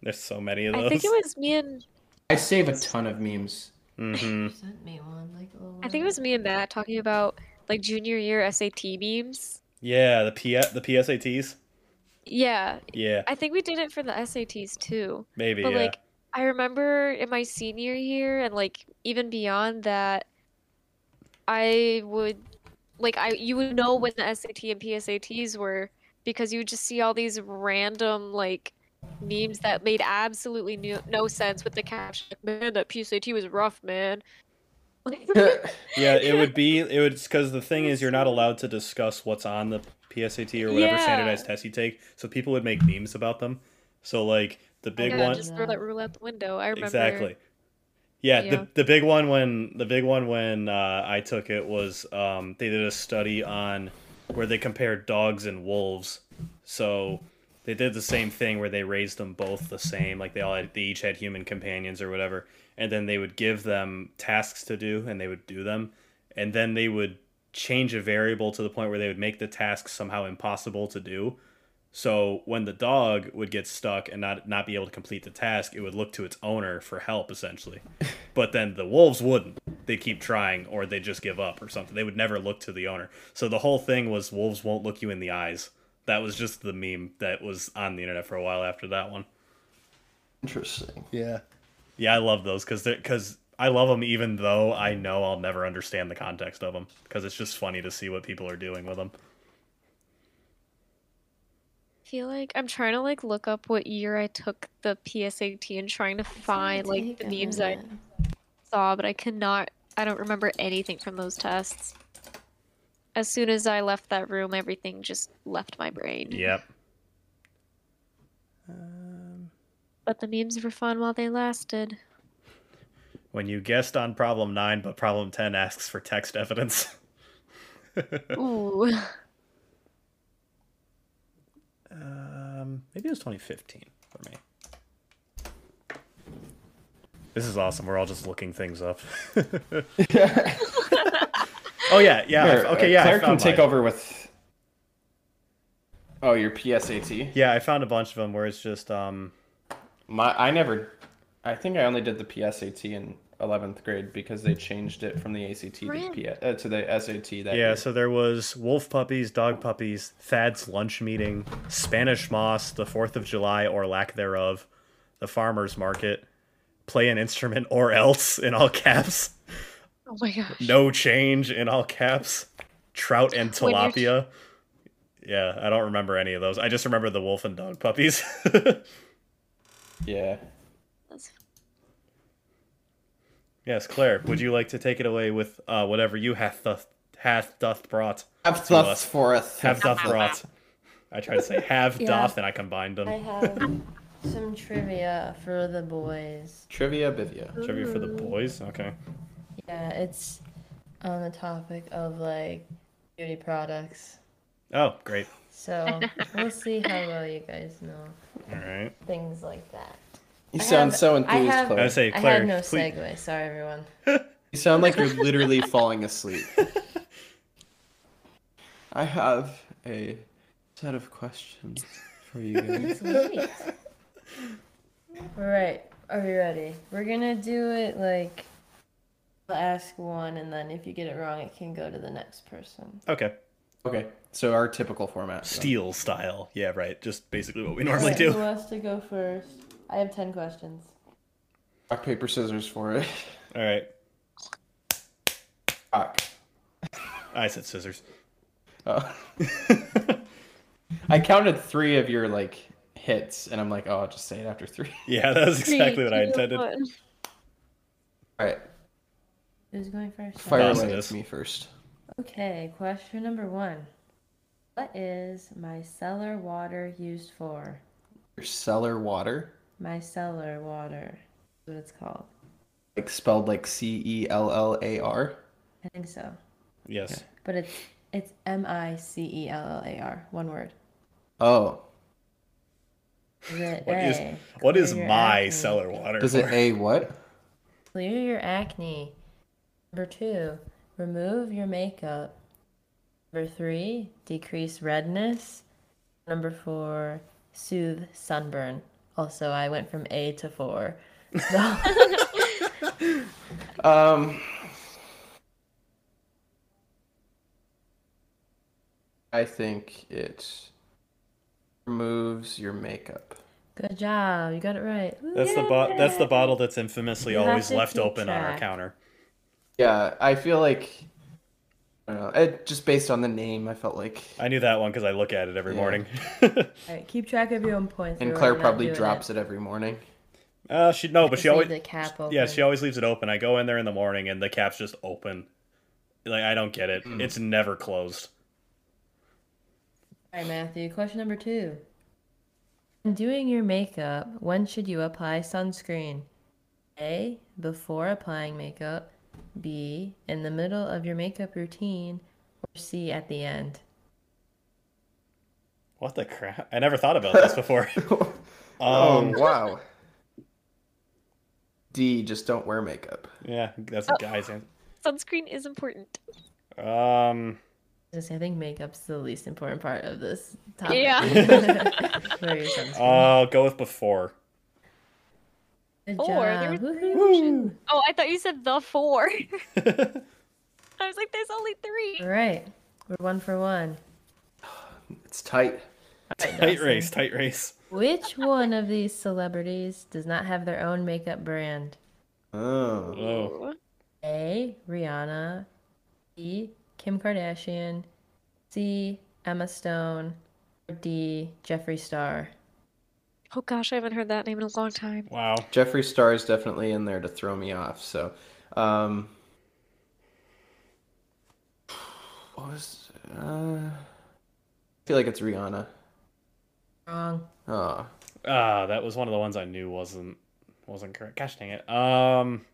There's so many of those.
think it was me and
I save a ton of memes.
Mhm.
You sent me one like a little
I think it
while
was me and Matt talking about like junior year SAT memes.
Yeah, the P- the PSATs.
Yeah,
Yeah,
I think we did it for the SATs too.
maybe.
But
yeah.
like I remember in my senior year and like even beyond that, I would like I you would know when the SAT and PSATs were because you would just see all these random like memes that made absolutely no, no sense with the caption like, man that PSAT was rough man. Like,
yeah, it would be it would because the thing is you're not allowed to discuss what's on the PSAT or whatever
Yeah.
standardized test you take. So people would make memes about them. So like the big
yeah,
one,
just throw that rule out the window. I remember
exactly. Yeah,
Yeah.
the the big one when the big one when uh, I took it was um, they did a study on where they compared dogs and wolves. So they did the same thing where they raised them both the same, like they all had, they each had human companions or whatever, and then they would give them tasks to do and they would do them, and then they would change a variable to the point where they would make the task somehow impossible to do. So when the dog would get stuck and not not be able to complete the task, it would look to its owner for help essentially. But then the wolves wouldn't. They keep trying or they just give up or something. They would never look to the owner. So the whole thing was wolves won't look you in the eyes. That was just the meme that was on the internet for a while after that one.
Interesting.
Yeah. Yeah, I love those cuz they're cuz I love them even though I know I'll never understand the context of them cuz it's just funny to see what people are doing with them.
I feel like I'm trying to like look up what year I took the PSAT and trying to find like the
Take a
memes I
minute.
saw, but I cannot. I don't remember anything from those tests. As soon as I left that room, everything just left my brain.
Yep.
But the memes were fun while they lasted.
When you guessed on problem nine, but problem 10 asks for text evidence.
Ooh.
Um, maybe it was 2015 for me. This is awesome. We're all just looking things up. oh, yeah, yeah. I-
Here, uh,
okay, yeah. I
Claire can
found
take
mine.
over with. Oh, your PSAT.
Yeah, I found a bunch of them where it's just, um,
My, I never. I think I only did the PSAT in eleventh grade because they changed it from the ACT to,
Really?
P, uh, to the SAT. That
yeah,
year.
so there was wolf puppies, dog puppies, Thad's lunch meeting, Spanish moss, the 4th of July or lack thereof, the farmer's market, play an instrument or else in all caps.
Oh my gosh.
no change in all caps trout and
When you're-
tilapia yeah i don't remember any of those i just remember the wolf and dog puppies
Yeah.
That's-
yes claire would you like to take it away with uh, whatever you hath doth, hath doth brought
Have
To us.
thoughts for us.
have doth brought i tried to say have
Yeah.
doth and i combined them
I have some trivia for the boys.
Trivia Bivia.
trivia for the boys okay
Yeah, it's on the topic of like beauty products.
oh great
So we'll see how well you guys know
all right
things like that.
You
I
sound
have-
so
I
enthused,
i
have-
Claire.
would say
I
claire
had no
please-
segue. Sorry, everyone.
You sound like you're literally falling asleep. I have a set of questions for you guys.
It's late. Right. Are we ready? We're gonna do it like I'll ask one, and then if you get it wrong, it can go to the next person.
okay
Okay, so our typical format. so.
steel style yeah right just basically what we normally
Alright, Who
do
wants to go first? I have ten questions.
Rock, paper, scissors for it.
all right
Rock.
i said scissors
Oh. I counted three of your like hits, and I'm like, oh, I'll just say it after three.
yeah that was exactly what i
Three, two,
intended
one.
All right,
Who's going first?
fire
Awesome.
away. It's me first.
Okay, question number one. What is my cellar water used for?
Your cellar water,
My cellar water. Is what it's called.
like spelled like C E L L A R.
I think so.
yes
But it's it's M I C E L L A R. One word.
Oh,
Is it
What is
A,
what
clear
is
your
my
acne?
cellar water?
is it a what?
Clear your acne. Number two, remove your makeup. Number three, decrease redness. Number four, soothe sunburn. Also, I went from A to four. So,
Um, I think it removes your makeup.
good job. You got it right. Woo.
That's the bo- that's the bottle that's infamously
You have
always
to
left
keep
open on our
track.
counter.
Yeah, I feel like I don't know. It, just based on the name, I felt like
I knew that one because I look at it every
Yeah.
morning.
All right, keep track of your own points.
and
We're
Claire
not
probably
doing
drops it. every morning.
uh, she no, but
Just
she
leave
always
the cap
yeah,
open.
she always leaves it open. I go in there in the morning and the cap's just open. Like I don't get it. It's never closed.
All right, Matthew. Question number two. When doing your makeup, when should you apply sunscreen? A. Before applying makeup. B. In the middle of your makeup routine. Or C. At the end.
What the crap? I never thought about this before. um,
oh wow. D, just don't wear makeup.
yeah,
Oh.
that's a guy's answer.
Sunscreen is important.
Um,
I was gonna say, I think makeup's the least important part of this topic.
Yeah.
Wear your sunscreen.
I'll uh, go with before.
Good
Or there
job.
was three
Woohoo.
options. Oh, I thought you said the four. I was like, there's only three.
All right. We're one for one.
It's tight.
tight race, tight race.
Which one of these celebrities does not have their own makeup brand?
Oh.
Oh.
A. Rihanna. B. Kim Kardashian. C. Emma Stone. Or D. Jeffree Star.
Oh gosh, I haven't heard that name in a long time.
Wow.
Jeffree Star is definitely in there to throw me off. So, um, what was? Uh, I feel like it's Rihanna.
Wrong.
Oh,
Ah, that was one of the ones I knew wasn't wasn't correct. Gosh dang it. Um,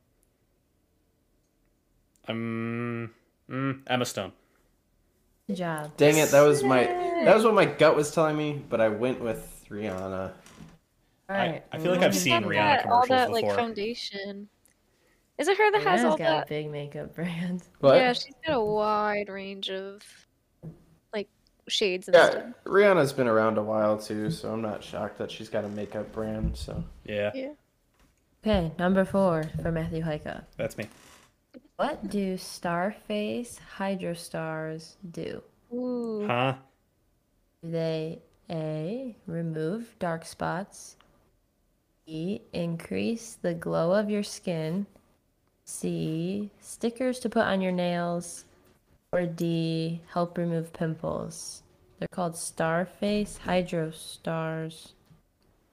um mm, Emma Stone.
Good job.
dang it! That was my that was what my gut was telling me, but I went with Rihanna.
All
I-
right.
I feel like I've
one
seen
for
Rihanna
that,
one.
all
commercials
that like
before.
foundation. Is it her that has
Rihanna's
all
got a
that?
big makeup brand.
What?
Yeah, she's got a wide range of like shades and stuff.
Yeah, Rihanna's been around a while too, so I'm not shocked that she's got a makeup brand. So,
Yeah,
Okay, number four for Matthew Heika.
that's me.
What do Starface Hydrostars do?
Ooh.
Huh?
Do they A, remove dark spots, B, increase the glow of your skin, C, stickers to put on your nails, or D, help remove pimples? They're called Starface Hydro Stars.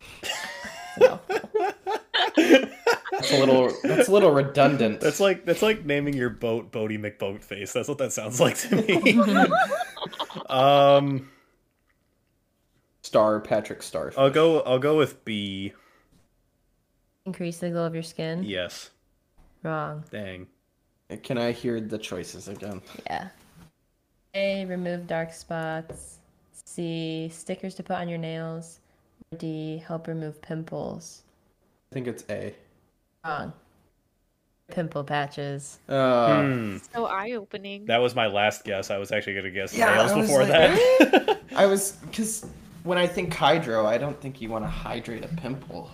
that's a little that's a little redundant.
That's like that's like naming your boat Bodie McBoatface. That's what that sounds like to me. um,
Star Patrick Star.
I'll go. I'll go with B.
Increase the glow of your skin?
Yes.
Wrong.
Dang.
Can I hear the choices again?
Yeah. A, remove dark spots. C, stickers to put on your nails. Or D, help remove pimples.
I think it's A.
Wrong. Pimple patches.
Uh,
Hmm.
So eye opening.
That was my last guess. I was actually gonna guess
Yeah,
nails
I was
before
like,
that.
I was because when I think hydro, I don't think you want to hydrate a pimple.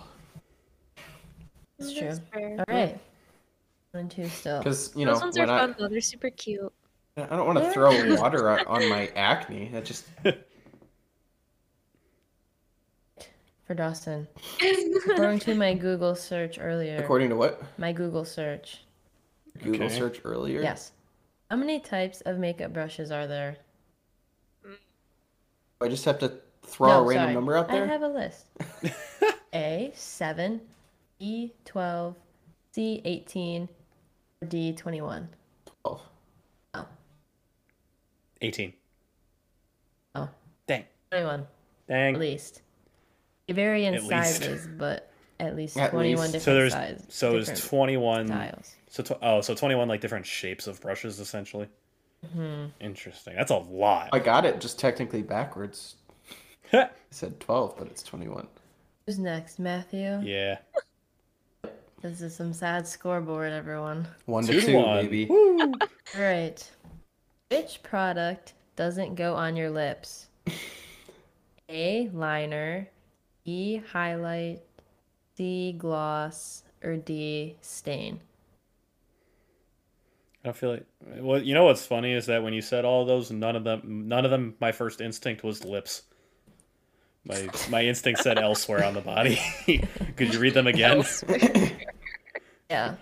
It's true.
fair.
All right. One and two still.
Because you know
Those ones are
when I,
fun though. They're super cute.
I don't want to throw water on, on my acne. That just
For Dawson. According to my Google search earlier,
according to what
my Google search.
Google
Okay.
search earlier.
Yes. How many types of makeup brushes are there?
I just have to throw a
No,
random
sorry.
number out there.
I have a list. a seven, E twelve, C eighteen, or D twenty one.
Oh,
Oh,
Eighteen.
oh,
Dang.
twenty one
Dang.
at least. They vary in
At least.
sizes, but at least
At
twenty one
least.
different
so there's
sizes.
so there's
different
21
styles.
so tw- oh so 21 like different shapes of brushes essentially
Mm-hmm.
interesting that's a lot
I got it just technically backwards.
Heh.
I said twelve, but it's twenty-one.
Who's next, Matthew?
yeah
This is some sad scoreboard, everyone.
One
Two
to
to
two,
one.
baby.
Woo!
All right. Which product doesn't go on your lips? A. Liner, B. Highlight, C. Gloss, or D. Stain.
I feel like well, you know what's funny is that when you said all those, none of them, none of them. My first instinct was lips. My my instinct said elsewhere on the body. Could you read them again?
Yeah.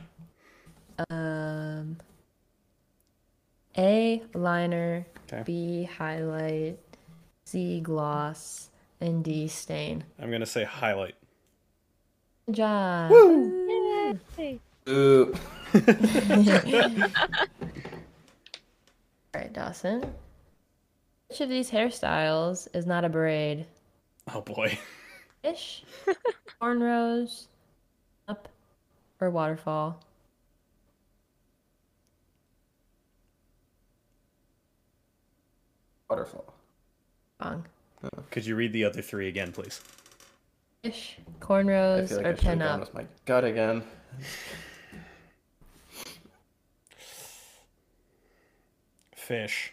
Um. A. Liner,
Okay.
B. Highlight, C. Gloss, and D. Stain.
I'm gonna say highlight.
Good job.
Hey.
Oop.
All right, Dawson. Which of these hairstyles is not a braid?
Oh boy.
Fish, cornrows, up, or waterfall?
Waterfall.
Wrong.
Could you read the other three again, please?
Fish,
I
cornrows,
feel like
or
I should have
pin
gone
up?
with my gut again.
Fish.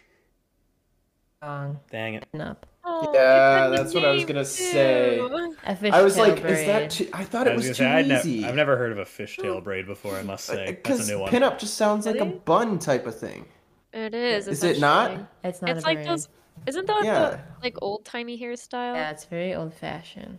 Wrong.
Dang it.
Pin up.
Oh,
Yeah,
I couldn't
that's what I was
name
gonna say.
two.
A fish
I was
tail
like, is that
braid.
too? I thought it
I was
was,
gonna
too
say, I'd nev-
easy.
I've never heard of a fishtail braid before. I must say that's
Because
a new one.
pinup just sounds like a
Really?
bun type of thing.
It is.
Is it not?
essentially.
It's not
it's
a braid.
like those. Isn't that
Yeah.
the like old timey hairstyle?
Yeah, it's very old fashioned.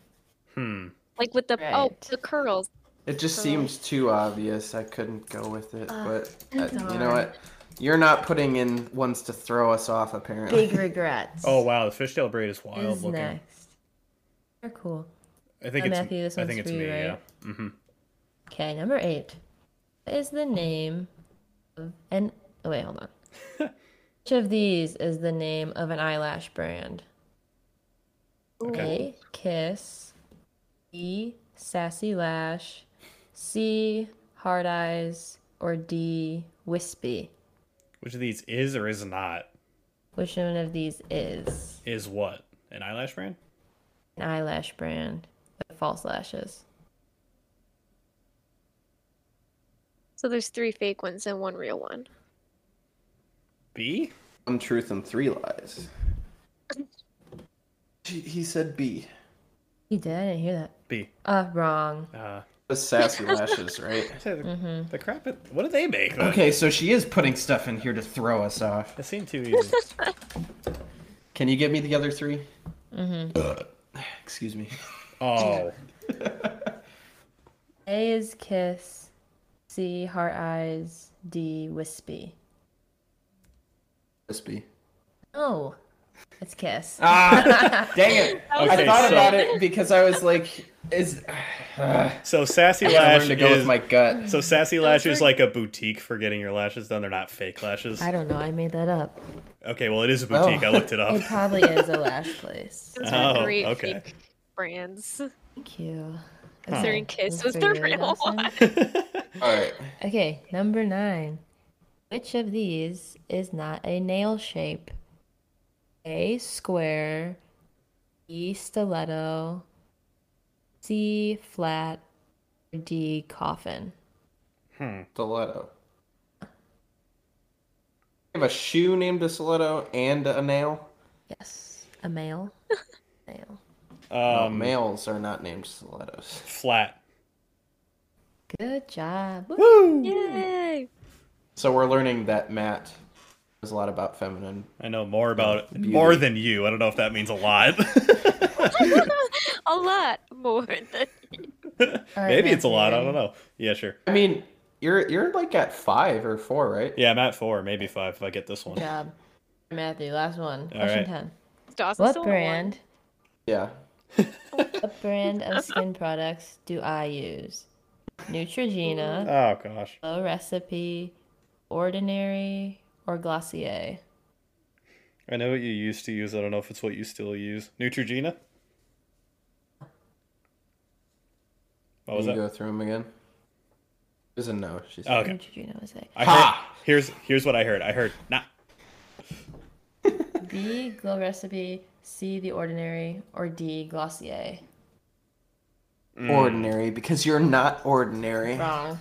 Hmm.
Like with the oh
Right.
the curls.
It just seems too obvious. I couldn't go with it,
Ah,
but uh, you know
darn.
what? You're not putting in ones to throw us off, apparently.
Big regrets.
Oh wow, the fishtail braid is wild
is
looking.
next. They're cool.
I think
Uh,
it's
Matthew, this
I
one's
think it's
for you,
me.
right?
Yeah. hmm
Okay, number eight. What is the name of an oh, wait, hold on. Which of these is the name of an eyelash brand?
Okay.
A Kiss, B Sassy Lash, C Hard Eyes, or D Wispy.
Which of these is or is not
Which one of these is
is what an eyelash brand?
an eyelash brand with false lashes?
So there's three fake ones and one real one.
B.
One truth and three lies. He- He said B.
He did. I didn't hear that.
B.
Uh, wrong.
Uh,
The sassy lashes, right?
I said the,
Mm. Mm-hmm.
the crap. It, what do they make? Then?
Okay, so she is putting stuff in here to throw us off.
That seemed too easy.
Can you get me the other 3 Mm-hmm. Excuse me.
Oh,
A is Kiss, C Hard Eyes, D Wispy.
This B.
Oh, it's Kiss.
Ah, dang it! I
Okay,
thought
so-
about it because I was like, is
so sassy
I
lash
learned to go
is
with my gut.
so sassy lash is like a boutique for getting your lashes done. They're not fake lashes.
I don't know. I made that up.
Okay, well it is a boutique.
Oh.
I looked it up.
It probably is a lash place.
Those are
Oh,
great
okay.
fake brands.
Thank you. Oh,
Considering Kiss was the real one.
All right.
Okay, number nine. Which of these is not a nail shape? A square, B stiletto, C flat, or D coffin.
Hmm.
Stiletto. I have a shoe named a stiletto and a nail.
Yes, a male. Nail.
Oh,
Um,
males are not named stilettos.
flat.
Good job. Woo!
Yay!
So we're learning that Matt knows a lot about feminine.
I know
Oh,
more about it. more than you. I don't know if that means a lot.
A lot more than
Maybe it's a lot. I don't know. Yeah, sure.
I mean, you're you're like at five or four, right?
Yeah, I'm at four, maybe five if I get this one.
Good job. Matthew, last one. Question
right.
10.
Dawson's
What
still on one.
brand?
Yeah.
What brand of skin products do I use? Neutrogena,
Oh gosh.
Low Recipe, Ordinary, or Glossier?
I know what you used to use. I don't know if it's what you still use. Neutrogena? What was
Can you
that?
go through them again? Is a no. She said.
Oh, okay.
Neutrogena was it.
I
Ha!
heard, here's here's what I heard. I heard nah.
B, Glow Recipe, C, The Ordinary, or D, Glossier?
Mm.
Mm.
Oh. ordinary because you're not ordinary.
Wrong.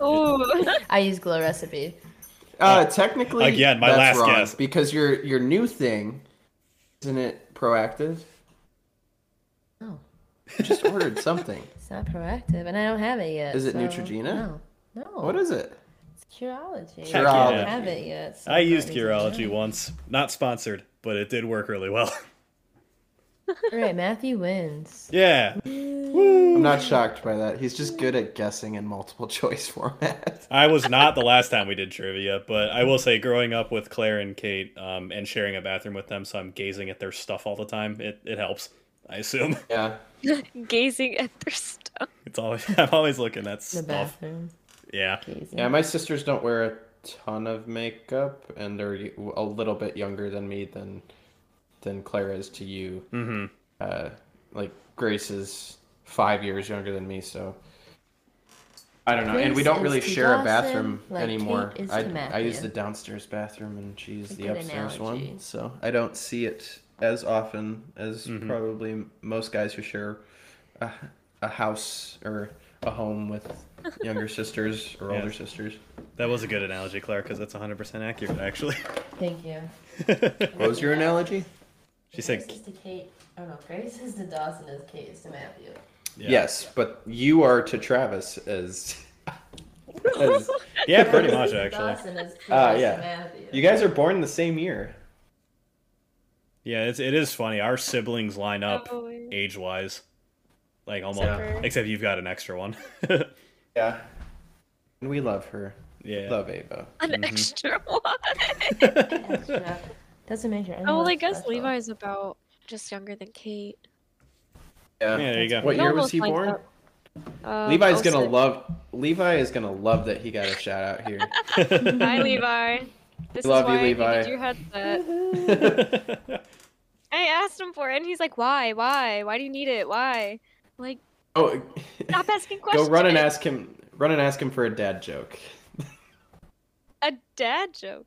Oh,
I use glow recipe.
Uh, technically,
Again, my
that's
last
wrong,
guess.
because your your new thing, isn't it proactive?
No,
You just ordered something.
Oh, it's not proactive, and I don't have it yet.
Is it
so-
Neutrogena?
No, no.
What is it?
it's Curology?
Heck
I
yeah.
don't have it yet. so
I used
probably doesn't
Curology once. Not sponsored, but it did work really well.
count. All right, Matthew wins.
yeah.
I'm not shocked by that. He's just good at guessing in multiple choice format.
I was not the last time we did trivia, but I will say growing up with Claire and Kate um, and sharing a bathroom with them, so I'm gazing at their stuff all the time. It, it helps, I assume.
Yeah.
gazing at their stuff.
It's always I'm always looking at
The
stuff.
bathroom.
Yeah.
gazing.
Yeah, my sisters don't wear a ton of makeup, and they're y- a little bit younger than me than than Claire is to you.
Mm-hmm.
Uh, like Grace is five years younger than me, so I don't know. and we
Grace
don't
is
really
to
share a
Dawson
bathroom
like
anymore.
Kate is
I,
to
I use the
Matthew.
downstairs bathroom, and she uses
It's a
the
good
upstairs
analogy.
one, so I don't see it as often as
Mm-hmm.
probably m- most guys who share a, a house or a home with younger sisters or
Yeah.
older sisters.
That was a good analogy, Claire, because that's 100% accurate, actually.
Thank you.
What was your analogy?
she said,
Grace is to Kate. Oh no, Grace is to Dawson as Kate is to Matthew.
yeah.
Yes, but you are to Travis as. as
Yeah, pretty much,
Grace is to
actually.
Dawson as Kate
Ah,
is
yeah.
to Matthew.
you guys are born the same year.
Yeah, it's, it is funny. Our siblings line up
Oh, wait.
age wise. Like almost.
Yeah.
Except you've got an extra one.
Yeah. And we love her.
yeah.
Love Ava.
An
Mm-hmm.
extra one.
Extra. Doesn't make her. any
Oh, well,
less
I guess
special.
Levi's about just younger than Kate.
Yeah.
Yeah, there you go.
What
It
year was
almost
he
lines
born?
up. Um,
Levi's gonna
06.
love. Levi is gonna love that he got a shout out here.
Hi, Levi. This
Love
is
you,
why I
Levi.
needed your headset. I asked him for it, and he's like, "Why? Why? Why do you need it? Why?" I'm Like,
Oh,
stop asking questions.
go run and ask him. Run and ask him for a dad joke.
a dad joke.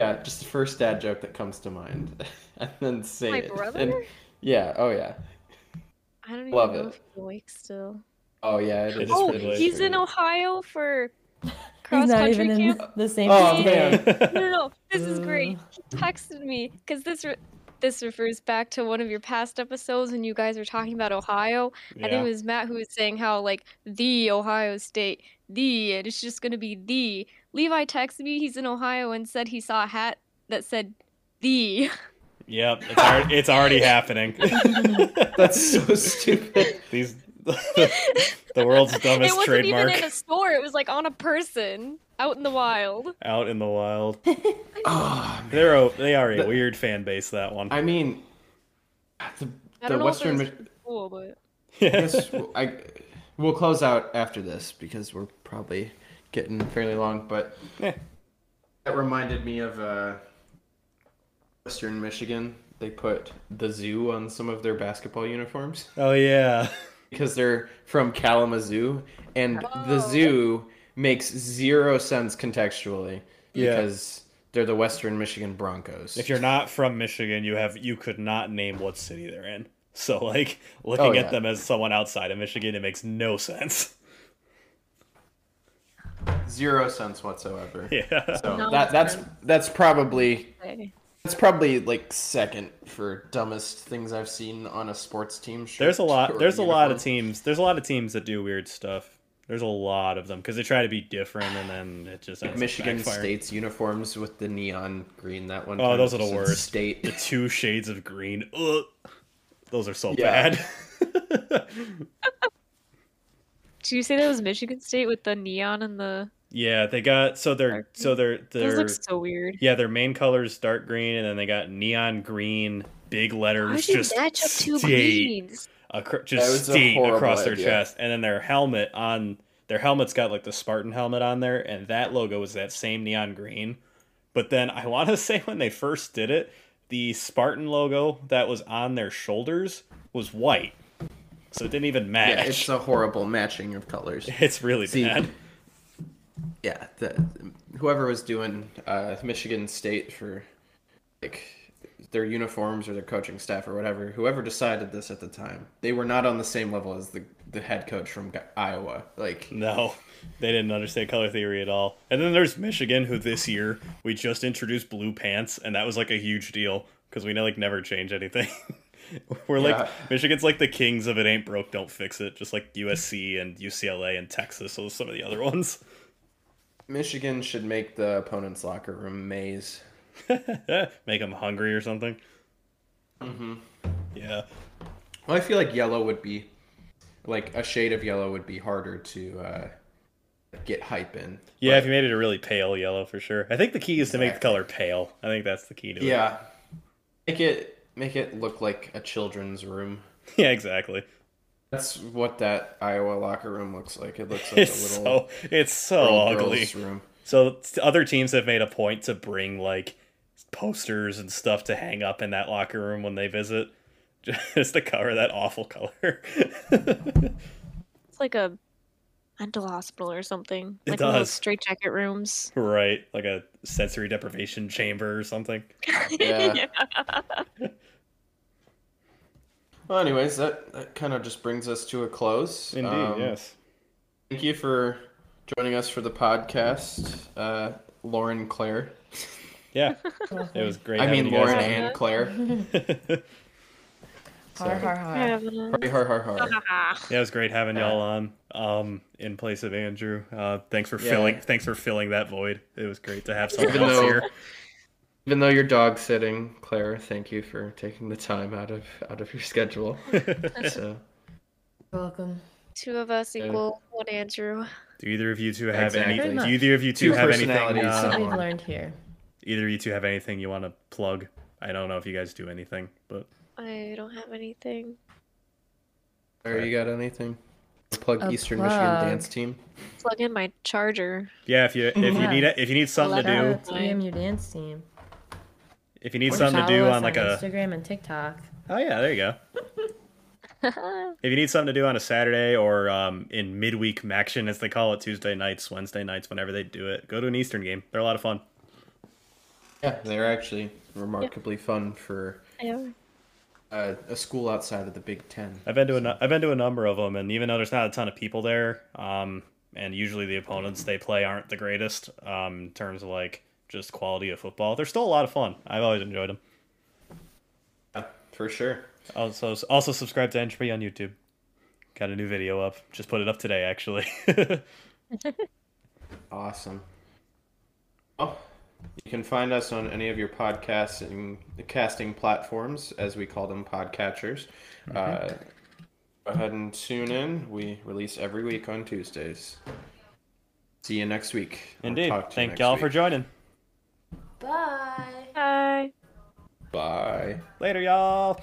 Yeah, just the first dad joke that comes to mind, and then say
My
it.
brother?
And- yeah. Oh yeah.
I don't even
Love
know
it.
if he's awake still.
Oh yeah. It is
It is
Oh,
pretty late.
he's in Ohio for cross country camp.
the same.
Oh,
state.
man.
No, no, no. This is great.
Ooh.
He texted me because this re- this refers back to one of your past episodes when you guys were talking about Ohio. I think
Yeah.
it was Matt who was saying how like the Ohio State, the, and it's just gonna be the. Levi texted me. He's in Ohio and said he saw a hat that said the.
Yep, it's already, it's already happening.
That's so stupid.
These the world's
it
dumbest
wasn't
trademark
even in a store. It was like on a person out in the wild.
out in the wild.
Oh, man.
They're a, they are a
The-
weird fan base. That one.
I mean, the,
I
the
don't know
Western.
if
Mi-
it was cool, but
I guess we'll- I, we'll close out after this because we're probably getting fairly long. But
Yeah.
that reminded me of uh, Western Michigan. They put the zoo on some of their basketball uniforms
oh yeah.
because they're from Kalamazoo, and the
Oh.
zoo makes zero sense contextually
Yeah.
because they're the Western Michigan Broncos.
If you're not from Michigan, you have you could not name what city they're in. So like looking
Oh, yeah.
at them as someone outside of Michigan, it makes no sense.
zero sense whatsoever.
Yeah.
So
No,
that
that's
that's that's probably
hey.
That's probably like second for dumbest things I've seen on a sports team. Shirt
There's a lot.
or
There's a lot of
uniform.
teams. There's a lot of teams that do weird stuff. There's a lot of them because they try to be different, and then it just ends up
Michigan
backfiring.
State's uniforms with the neon green. That one.
Oh,
time
those are the
just said
worst. the
State.
two shades of green. Ugh. Those are so
Yeah.
bad.
Did you say that was Michigan State with the neon and the?
yeah, they got so they're so they're
Those
they're
look so weird.
yeah their main colors dark green, and then they got neon green big letters just state acro-
That was
just
a
state
horrible
across their
idea.
chest, and then their helmet on their helmet's got like the Spartan helmet on there, and that logo is that same neon green. But then I want to say when they first did it, the Spartan logo that was on their shoulders was white, so it didn't even match.
Yeah, it's a horrible matching of colors.
It's really
See,
bad.
Yeah, the, whoever was doing uh, Michigan State for like their uniforms or their coaching staff or whatever, whoever decided this at the time, they were not on the same level as the the head coach from Gu- Iowa. Like
No, they didn't understand color theory at all. And then there's Michigan, who this year we just introduced blue pants, and that was like a huge deal because we like never change anything. We're
Yeah.
like Michigan's like the kings of it ain't broke, don't fix it. Just like USC and UCLA and Texas, so some of the other ones.
Michigan should make the opponent's locker room maze.
Make them hungry or something. Mm-hmm. Yeah.
Well, I feel like yellow would be like a shade of yellow would be harder to uh, get hype in.
Yeah, if you made it a really pale yellow for sure. I think the key is to make the
Exactly.
color pale. I think that's the key to it.
Yeah. Make it make it look like a children's room.
Yeah, exactly.
That's what that Iowa locker room looks like. It looks like
It's
a little
so it's so
girl-
ugly.
girls' room.
So s- other teams have made a point to bring like posters and stuff to hang up in that locker room when they visit, just to cover that awful color.
It's like a mental hospital or something.
It
like one of
does.
those straitjacket rooms.
right, like a sensory deprivation chamber or something.
Yeah. Well, anyways, that, that kind of just brings us to a close. Um, Thank you for joining us for the podcast, uh, Lauren Claire.
Yeah, it was great.
I
having
mean,
you guys
Lauren
on.
and Claire.
Har, har, har.
Yeah, but,
Hurry, har, har, har.
uh, ah.
Yeah, it was great having y'all on. Um, in place of Andrew. Uh, thanks for
Yeah.
filling. Thanks for filling that void. It was great to have someone
Even
else
though-
here.
Even though you're dog sitting, Claire, thank you for taking the time out of out of your schedule. so,
You're welcome.
Two of us
Yeah.
equal one Andrew.
Do either of you two have
Exactly.
any? Do either of you two,
Two
have anything?
personalities.
uh,
What we've
on.
learned here.
either of you two have anything you want to plug i don't know if you guys do anything but
I don't have anything.
Claire, you got anything? Plug
A
Eastern
plug.
Michigan dance team.
Plug in my charger.
yeah if you if you
Yeah.
need it if you need something to
Shout
do
out to EM Your Dance Team.
if you need something to
Follow
do
us
on like a
Instagram and TikTok.
oh yeah there you go if you need something to do on a saturday or um, in midweek maction as they call it tuesday nights wednesday nights whenever they do it go to an eastern game they're a lot of fun
Yeah, they're actually remarkably fun for
Yeah.
uh, a school outside of the Big Ten.
i've been to a, nu- i've been to a number of them and even though there's not a ton of people there um, and usually the opponents they play aren't the greatest um, in terms of like just quality of football they're still a lot of fun i've always enjoyed them
Yeah, for sure.
Also, also subscribe to Entropy on YouTube. Got a new video up. Just put it up today, actually.
Awesome. Well, you can find us on any of your podcasts and casting platforms, as we call them, podcatchers.
Mm-hmm.
Uh, go ahead and tune in. We release every week on Tuesdays. See you next week. or
Indeed.
talk to you
Thank
next
y'all for
week.
joining.
Bye.
Hi.
Bye.
Later, y'all.